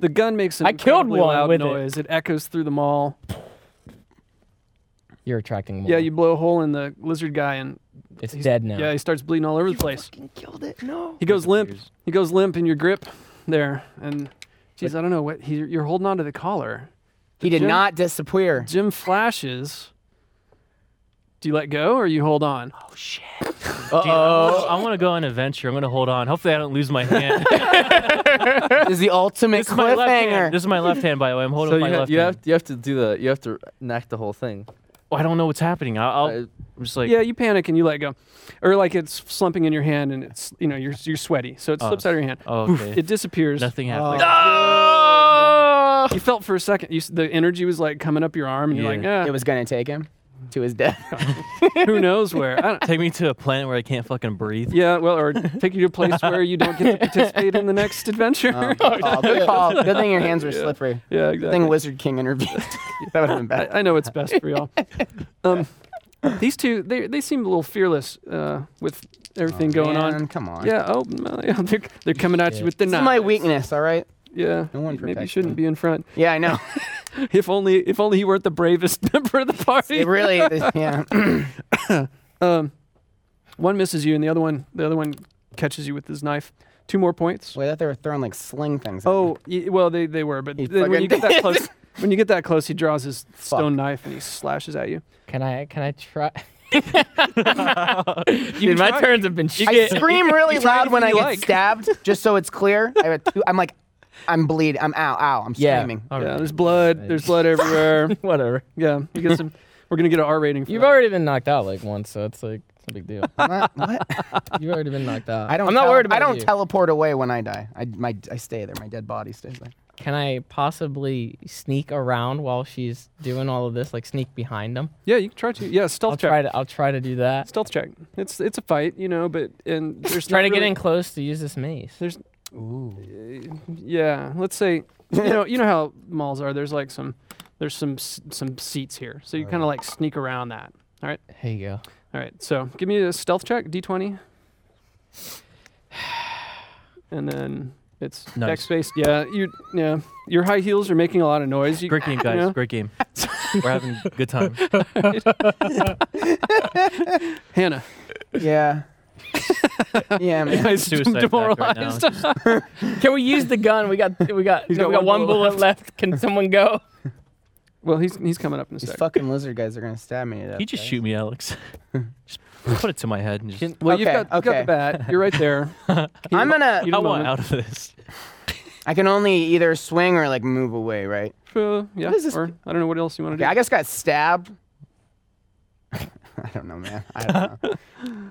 The gun makes an I killed incredibly one loud with it. noise. It. echoes through the mall. You're attracting more. Yeah, you blow a hole in the lizard guy, and It's he's- dead now. yeah, he starts bleeding all over the place. killed it. No. He goes limp. He goes limp in your grip there. And geez, I don't know what he, you're holding onto the collar. He did Jim- not disappear. Jim flashes. Do you let go or you hold on? Oh oh. I'm gonna go on an adventure. I'm gonna hold on. Hopefully, I don't lose my hand. This is the ultimate this is my left hand. cliffhanger. This is my left hand, by the way. I'm holding up so you, my ha- left you hand. have you have to do the you have to enact the whole thing. Oh, I don't know what's happening. I- I'll, Uh, I'm just like, yeah, you panic and you let go, or like it's slumping in your hand and it's you know you're you're sweaty, so it Oh, slips out of your hand. oh, Poof, okay. It disappears. nothing Oh. happened. Ah! You felt for a second. You s- the energy was like coming up your arm, and you're like, Yeah. eh, It was gonna take him to his death. who knows where? I don't, Take me to a planet where I can't fucking breathe. yeah, well, or take you to a place where you don't get to participate in the next adventure. Um, Oh. good call. Good call. Good thing your hands were Oh, Yeah. slippery. yeah, Good exactly. thing Wizard King intervened. that would have been bad. I, I know it's best for y'all. Um, these two, they they seem a little fearless uh, with everything going on. Oh, Man, Come on. Yeah. Oh, no, yeah, they're they're coming at you with the This knife. is my weakness, all right? Yeah. No one Maybe you protects shouldn't me. be in front. Yeah, I know. If only if only you weren't the bravest member of the party. It really, yeah. Um, one misses you, and the other one the other one catches you with his knife. Two more points. Well, I thought they were throwing like sling things. at me. Oh, y- well, they, they were, but He then when you get fucking that close, when you get that close, he draws his stone knife and he slashes at you. Can I? Can I try? You Dude, my try- turns have been I shit. scream really try loud when I anything get you like. stabbed, just so it's clear. I have two, I'm like, I'm bleeding. I'm ow, ow. I'm Yeah. screaming. All Yeah, right. there's blood. There's blood everywhere. Whatever. yeah, you get some. We're gonna get an R rating. For You've that. already been knocked out like once, so it's like it's a big deal. What? what? You've already been knocked out. I don't. I'm not tele- worried about I don't you. teleport away when I die. I my I stay there. My dead body stays there. Can I possibly sneak around while she's doing all of this? Like sneak behind them? yeah, you can try to. Yeah, stealth I'll check. try to. I'll try to do that. Stealth check. It's it's a fight, you know, but and there's Try not to get really- in close to use this mace. There's yeah. Let's say you know you know how malls are. There's like some there's some s- some seats here, so you kind of like sneak around that. Here you go. All right, so give me a stealth check, d20, and then it's Nice. dex based. Yeah, you yeah your high heels are making a lot of noise. You, Great game, guys. Yeah. Great game. We're having a good time. Hannah, Yeah. yeah, man. I Suicide pact right now. demoralized. It's Can we use the gun? We got. We got. we He's got got one bullet left. Can someone go? well, he's he's coming up in a These second. fucking lizard guys are gonna stab me to death. You just guys. shoot me, Alex. just put it to my head and just. Well, you've Okay, got, you've got okay. the bat. You're right there. I'm gonna. You I don't want want out of this. I can only either swing or like move away, right? Uh, yeah. What is this? Or I don't know what else you want to Okay, I just got stabbed. I don't know, man. I don't know.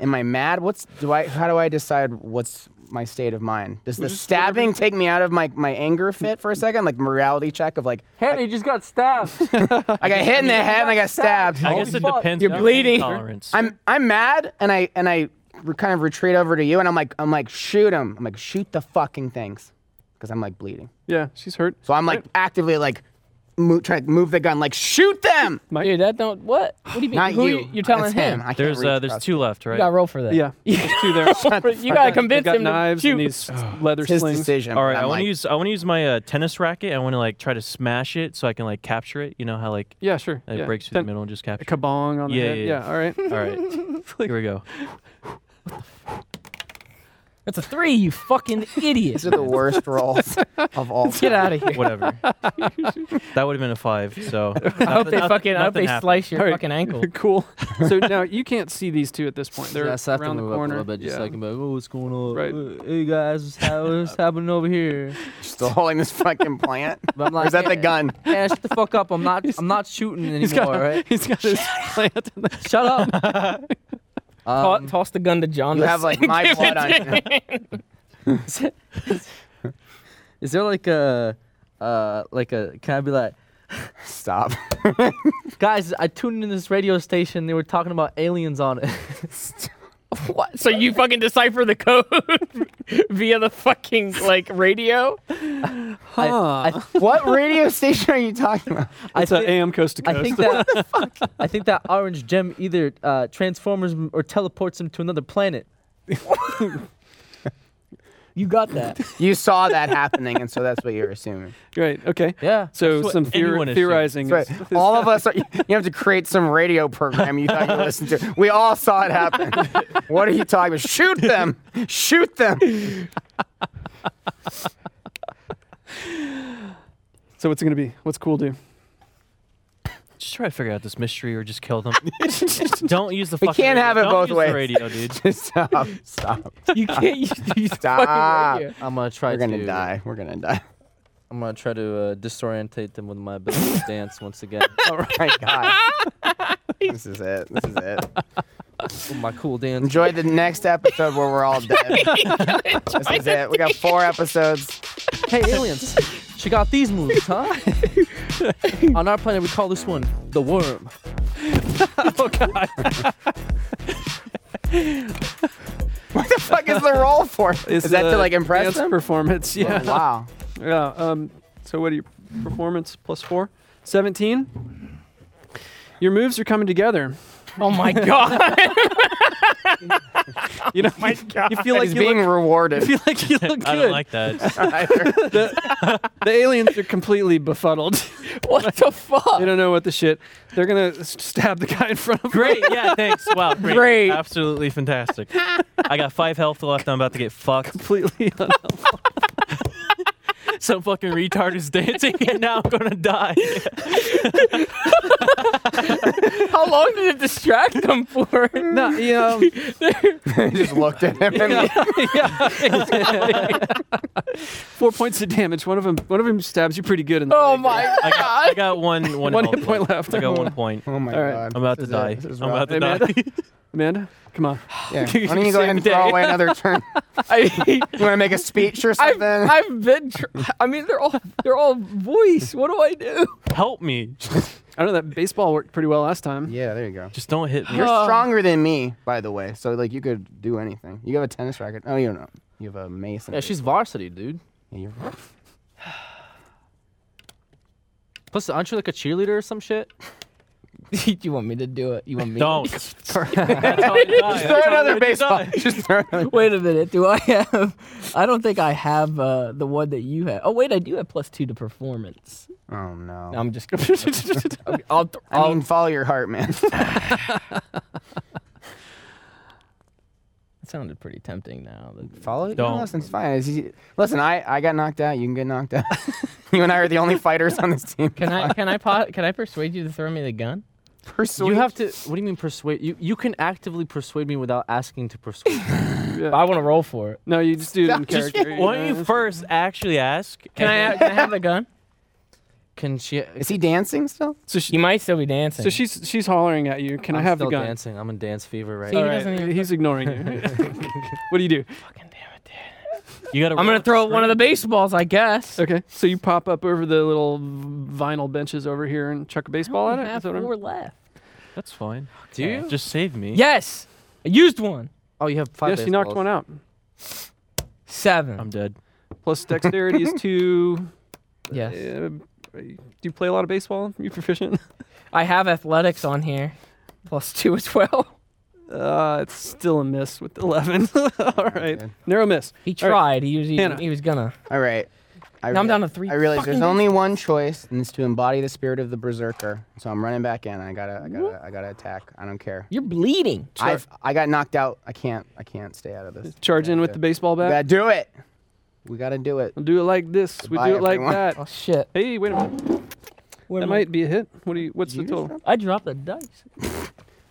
Am I mad? What's do I? How do I decide what's my state of mind? Does the just whatever stabbing take me out of my my anger fit for a second? Like morality check of like Hannah, you just got stabbed. I got hit in the head and I got stabbed. I guess it fuck. depends. You're on bleeding. Tolerance. I'm I'm mad and I and I re- kind of retreat over to you and I'm like I'm like shoot him. I'm like shoot the fucking things because I'm like bleeding. do. Yeah, she's hurt. So I'm like actively like move, trying to move the gun like shoot them. Dude, that don't. What? What do you mean? Not Who you. You, you're telling It's him. I can't there's reach uh, there's across. two left, You right? gotta roll for that. Yeah, there's two there. You gotta They've convince got him knives to shoot. and these leather It's his slings. decision. All right, I'm I want to like, use I want to use my uh, tennis racket. I want to like try to smash it so I can like capture it. You know how like Yeah, sure. it yeah. breaks through Then the middle and just a capture. it. kabong on the Yeah, head. yeah, Yeah, yeah. all right. All right, here we go. That's a three. You fucking idiot. These are the worst rolls of all. Get out of here. Whatever. that would have been a five. So I hope they fucking. I hope they happened. slice your All right. fucking ankle. cool. So now you can't see these two at this point. They're yeah, so I have to around move the corner. up a little bit just yeah. so I can be like, oh, what's going on? Right. Uh, Hey guys, what's, ha- what's happening over here? Still holding this fucking plant. But I'm like, Or is that the "Yeah, gun? Yeah, shut the fuck up. I'm not. I'm not shooting He's got, anymore. Right? he's got his plant. In the, Shut up. Ta- Um, toss the gun to John. You have like my blood on you. is there like a, uh, like a? Can I be like, Stop. guys? I tuned in this radio station. They were talking about aliens on it. What? So you fucking decipher the code via the fucking like radio? I, I, What radio station are you talking about? I it's a thi- AM coast to coast. I think that I think that orange gem either uh, transformers him or teleports him to another planet. You got that. You saw that happening, and so that's what you're assuming. right. Okay. Yeah. So That's what some theor- anyone assumes. theorizing. That's is- right. All of us are. You have to create some radio program you thought you listened to. We all saw it happen. What are you talking about? Shoot them! Shoot them! So what's it gonna be? What's cool do? Just try to figure out this mystery or just kill them. Don't use the We fucking can't radio. have it Don't both use ways. The radio, dude. stop. Stop. You can't use these Stop. fucking radio. I'm gonna try We're gonna to die. We're gonna die. I'm gonna try to uh, disorientate them with my ability to dance once again. Oh my god. this is it. This is it. With my cool dance. Enjoy the next episode where we're all dead. this is it. We got four episodes. Hey aliens, check out these moves, huh? On our planet, we call this one the worm. What the fuck is the role for? Is, that to like impress uh, dance them? performance? Yeah. Oh, wow. Yeah. Um, so what are your performance plus four? 17. Your moves are coming together. Oh my god. You know, you, you feel like He's you being look, you rewarded. feel like you look I don't good. like that. the aliens are completely befuddled. what the fuck? they don't know what the shit. They're gonna s- stab the guy in front of them. Great. Yeah. Thanks. Wow. Great. Great. Absolutely fantastic. I got five health left. I'm about to get fucked. Completely. Some fucking retard is dancing, and now I'm gonna die. How long did it distract them for? no, um, you know, He just looked at him and four points of damage. One of them, one of them stabs you pretty good in the Oh leg. my I got, I got one one, One health hit point left. I got one point. Oh my All right. god. I'm about This to is it. die. This is I'm rough. about to Hey, man. die. Amanda, come on. Yeah. Why don't you go ahead and Same throw day. away another turn? I, You want to make a speech or I've, something? I've been. Tr- I mean, they're all they're all voice. What do I do? Help me. I know that baseball worked pretty well last time. yeah, there you go. Just don't hit me. You're stronger than me, by the way. So like you could do anything. You have a tennis racket. Oh, you don't know. You have a mason. Yeah, she's varsity, dude. Yeah, you're Plus, aren't you like a cheerleader or some shit? you want me to do it? You want me? Don't. Just throw another baseball. Just throw another. Wait a minute. Do I have? I don't think I have uh, the one that you have. Oh wait, I do have plus two to performance. Oh no. No, I'm just kidding. Okay, I'll, th- I I'll, mean, follow your heart, man. that sounded pretty tempting. Now. follow your Don't. no, listen, it's fine. It's easy. Listen, I, I got knocked out. You can get knocked out. you and I are the only fighters on this team. Can I? Can I? Po- can I persuade you to throw me the gun? You have to. What do you mean persuade? You you can actively persuade me without asking to persuade. me. I want to roll for it. No, you just do it in Just, character. why know? don't you first actually ask? Can I? Can I have the gun? Can she? Is he dancing still? So, she, You might still be dancing. so she's she's hollering at you. Can i I'm have the still gun? dancing. I'm in dance fever right See, now. All He right, doesn't even- he's ignoring you. what do you do? Fucking damn it, dude. You gotta I'm gonna throw one of the baseballs, I guess. Okay, so you pop up over the little vinyl benches over here and chuck Oh, a baseball at it. Is that what I'm- left. That's fine. Do you? Just save me. Yes, I used one. Oh, you have five. Yes, you knocked one out. Seven. I'm dead. Plus dexterity is two. yes, Uh, do you play a lot of baseball? you proficient? I have athletics on here, plus two as well. Uh, it's still a miss with eleven. All right, narrow miss. He All tried. right. He was. He, Hannah. he was gonna. All right. I Now I'm re- down to three I realize fucking there's only one choice, and it's to embody the spirit of the berserker. So I'm running back in. I gotta, I gotta, I gotta attack. I don't care. You're bleeding. I I got knocked out. I can't, I can't stay out of this. Charge in with Yeah. the baseball We gotta bat. do it. We gotta do it. We'll do it like this. We Goodbye, do it like everyone. that. Oh shit. Hey, wait a minute. Where That am might be a hit. What do you? What's Did the you just total? I, I dropped the dice.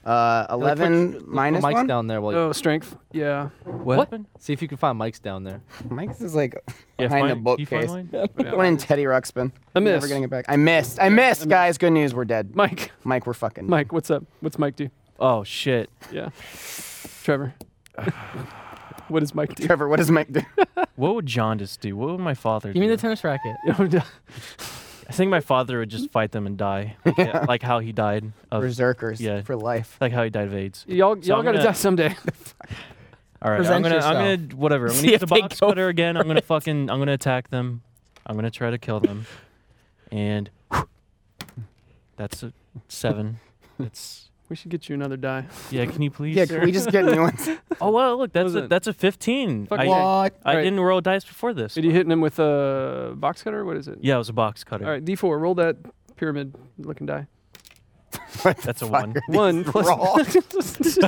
Uh, eleven minus Mike's one. down there. While you, Oh, strength. Yeah. Weapon? see if you can find Mike's down there. Mike's is like Yeah, behind the fine. You find bookcase. mine? Yeah. One in Teddy Ruxpin. I Never missed. getting it back. I missed. I missed, guys. Good news. We're dead. Mike. Mike, we're fucking. dead. Mike, what's up? What's Mike do? Oh shit. Yeah. Trevor. what does Mike do? Trevor, what does Mike do? What would jaundice do? What would my father Give me do? the tennis racket. I think my father would just fight them and die. Yeah, like how he died of Berserkers yeah. for life. like how he died of AIDS. y'all, So y'all I'm gotta gonna- die someday. All right, I'm Present gonna, I'm yourself. gonna, whatever. I'm See gonna use the if they box go cutter again. I'm gonna fucking, I'm gonna attack them. I'm gonna try to kill them, and that's a seven. That's we should get you another die. yeah. Can you please? Yeah, can we just get new ones? oh well, look, that's a, Listen. that's a fifteen. Fuck I, yeah. I Right. didn't roll dice before this. Are you hitting him with a box cutter? What is it? Yeah, it was a box cutter. All right, D4. Roll that pyramid looking die. That's a one. One raw? plus. you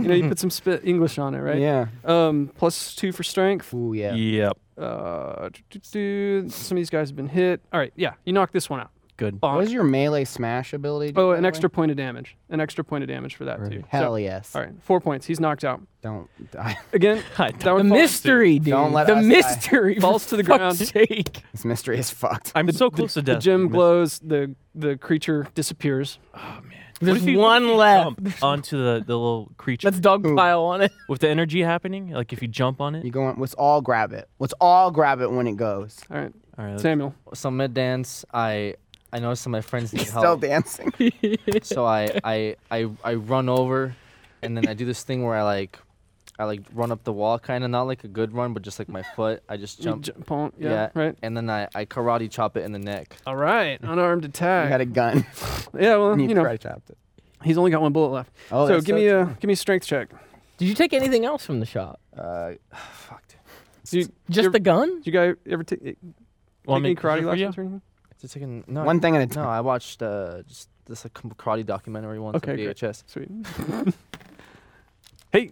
know, you put some spit English on it, right? Yeah. Um, plus two for strength. Ooh, yeah. Yep. Uh, do- do- do. some of these guys have been hit. All right, yeah, you knock this one out. good. Bonk. What was your melee smash ability? do, Oh, by an the way? extra point of damage. An extra point of damage for that too. Hell so, yes. All right, four points. He's knocked out. Don't die. Again, I don't- that The one falls- mystery, dude. Don't let the us die. mystery. for Falls to the fuck's ground. Sake. This mystery is fucked. I'm so close to The death. gym glows. The the creature disappears. What There's if you- one left. Jump onto the, the little creature Let's dogpile on it. with the energy happening. Like if you jump on it. You go on. Let's all grab it. Let's all grab it when it goes. All right, All right. let's- Samuel. So mid dance, I I noticed that my friends need He's still help, dancing. so I, I I I run over, and then I do this thing where I like, I like run up the wall, kind of not like a good run, but just like my foot. I just You jump, jump on- Yeah, Yeah. Right. and then I, I karate chop it in the neck. All right. Unarmed You attack. had a gun. Yeah. Well, and you know, karate chopped it. he's only got one bullet left. Oh, so that's give me a give me a strength check. Did you take anything else from the shop? Uh, fuck, dude. Do you, do Just You're- the gun? you guys ever take take Want any me to karate do it for you? lessons or anything? Just taking no, One thing at a no. time. I watched uh just this like karate documentary once Okay, on great. VHS. Sweet. hey,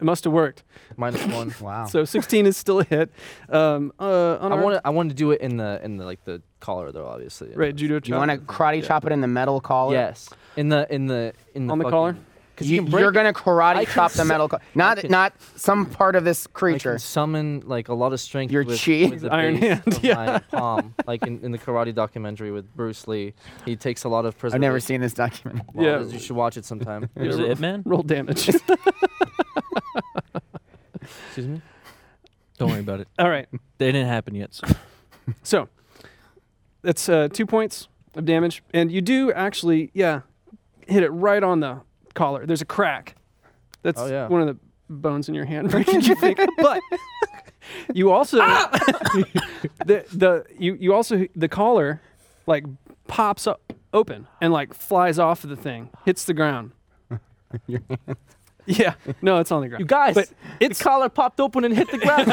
it must have worked. Minus one. Wow. So 16 is still a hit. Um, uh, I unarmed- want to I want to do it in the in the like the collar though, obviously. Right, judo you chop. want to karate chop it in the metal collar? Yes. In the in the in the On the collar? fucking- You, you are gonna karate I can chop the su- metal. Co- not can- not some part of this I creature. can summon like a lot of strength. Your with, chi. with the Iron base hand, of yeah. my palm, like in, in the karate documentary with Bruce Lee. He takes a lot of prisoners. I've never seen this document. Yeah. You should watch it sometime. It was Yeah, it, man. roll damage. Excuse me. Don't worry about it. All right. They didn't happen yet. So. So that's uh, two points of damage, and you do actually, yeah, hit it right on the collar. There's a crack. That's Oh, yeah. one of the bones in your hand breaking. you think, but you also Ah! the the you you also the collar like pops up open and like flies off of the thing, hits the ground. Yeah, no, it's on the ground. You guys, But its collar popped open and hit the ground.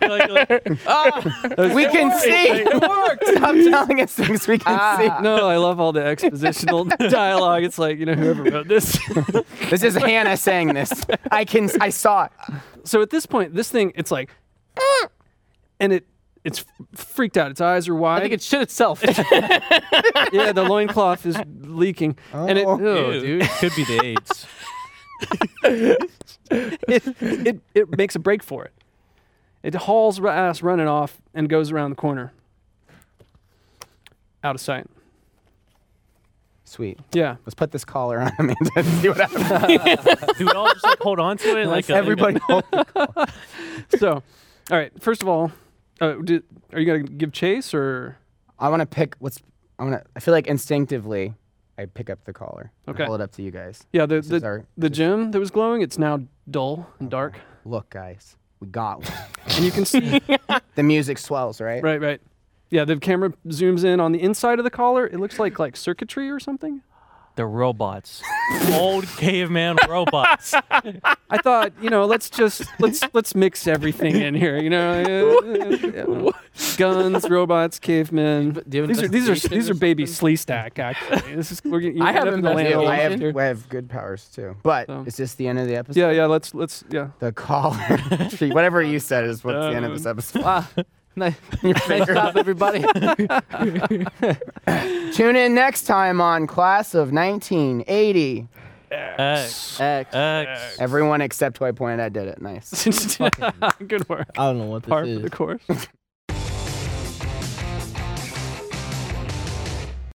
Like- like- We can see. it worked. Stop telling us things we can No, I love all the expositional dialogue. It's like you know whoever wrote this. see. This is Hannah saying this. I can. I saw it. so at this point, this thing it's like, and it it's freaked out. Its eyes are wide. I think it shit itself. yeah, the loincloth is leaking, and it, Oh. Ew, ew, dude. Could be the AIDS. it it it makes a break for it. It hauls ri- ass running off and goes around the corner. Out of sight. Sweet. Yeah. Let's put this collar on him and see what happens. Do we all just like hold on to it? Like a- Everybody, hold the So, all right. First of all, uh, do, are you gonna give chase or? I want to pick what's. I want to. I feel like instinctively, I pick up the collar. and Okay. Hold it up to you guys. Yeah, the This is the, our- the gym that was glowing, it's now dull and dark. Look, guys, we got one. And you can see the music swells, right? Right, right. Yeah, the camera zooms in on the inside of the collar. It looks like like circuitry or something. They're robots. Old caveman robots. I thought, you know, let's just let's let's mix everything in here, you know. uh, uh, Guns, robots, cavemen. do you have These are these are investigation these or are baby Sleestack actually. This is we're getting I have up in the land. Yeah, a I lot have, here. I have good powers too. But So- is this the end of the episode? Yeah, yeah, let's let's yeah. The collar. See, Whatever you said is what's the end of this episode. wow. Nice, nice job, everybody. Tune in next time on Class of 1980. X. X. X. Everyone except who I pointed at did it. Nice. Good work. I don't know what this Par for is. the course.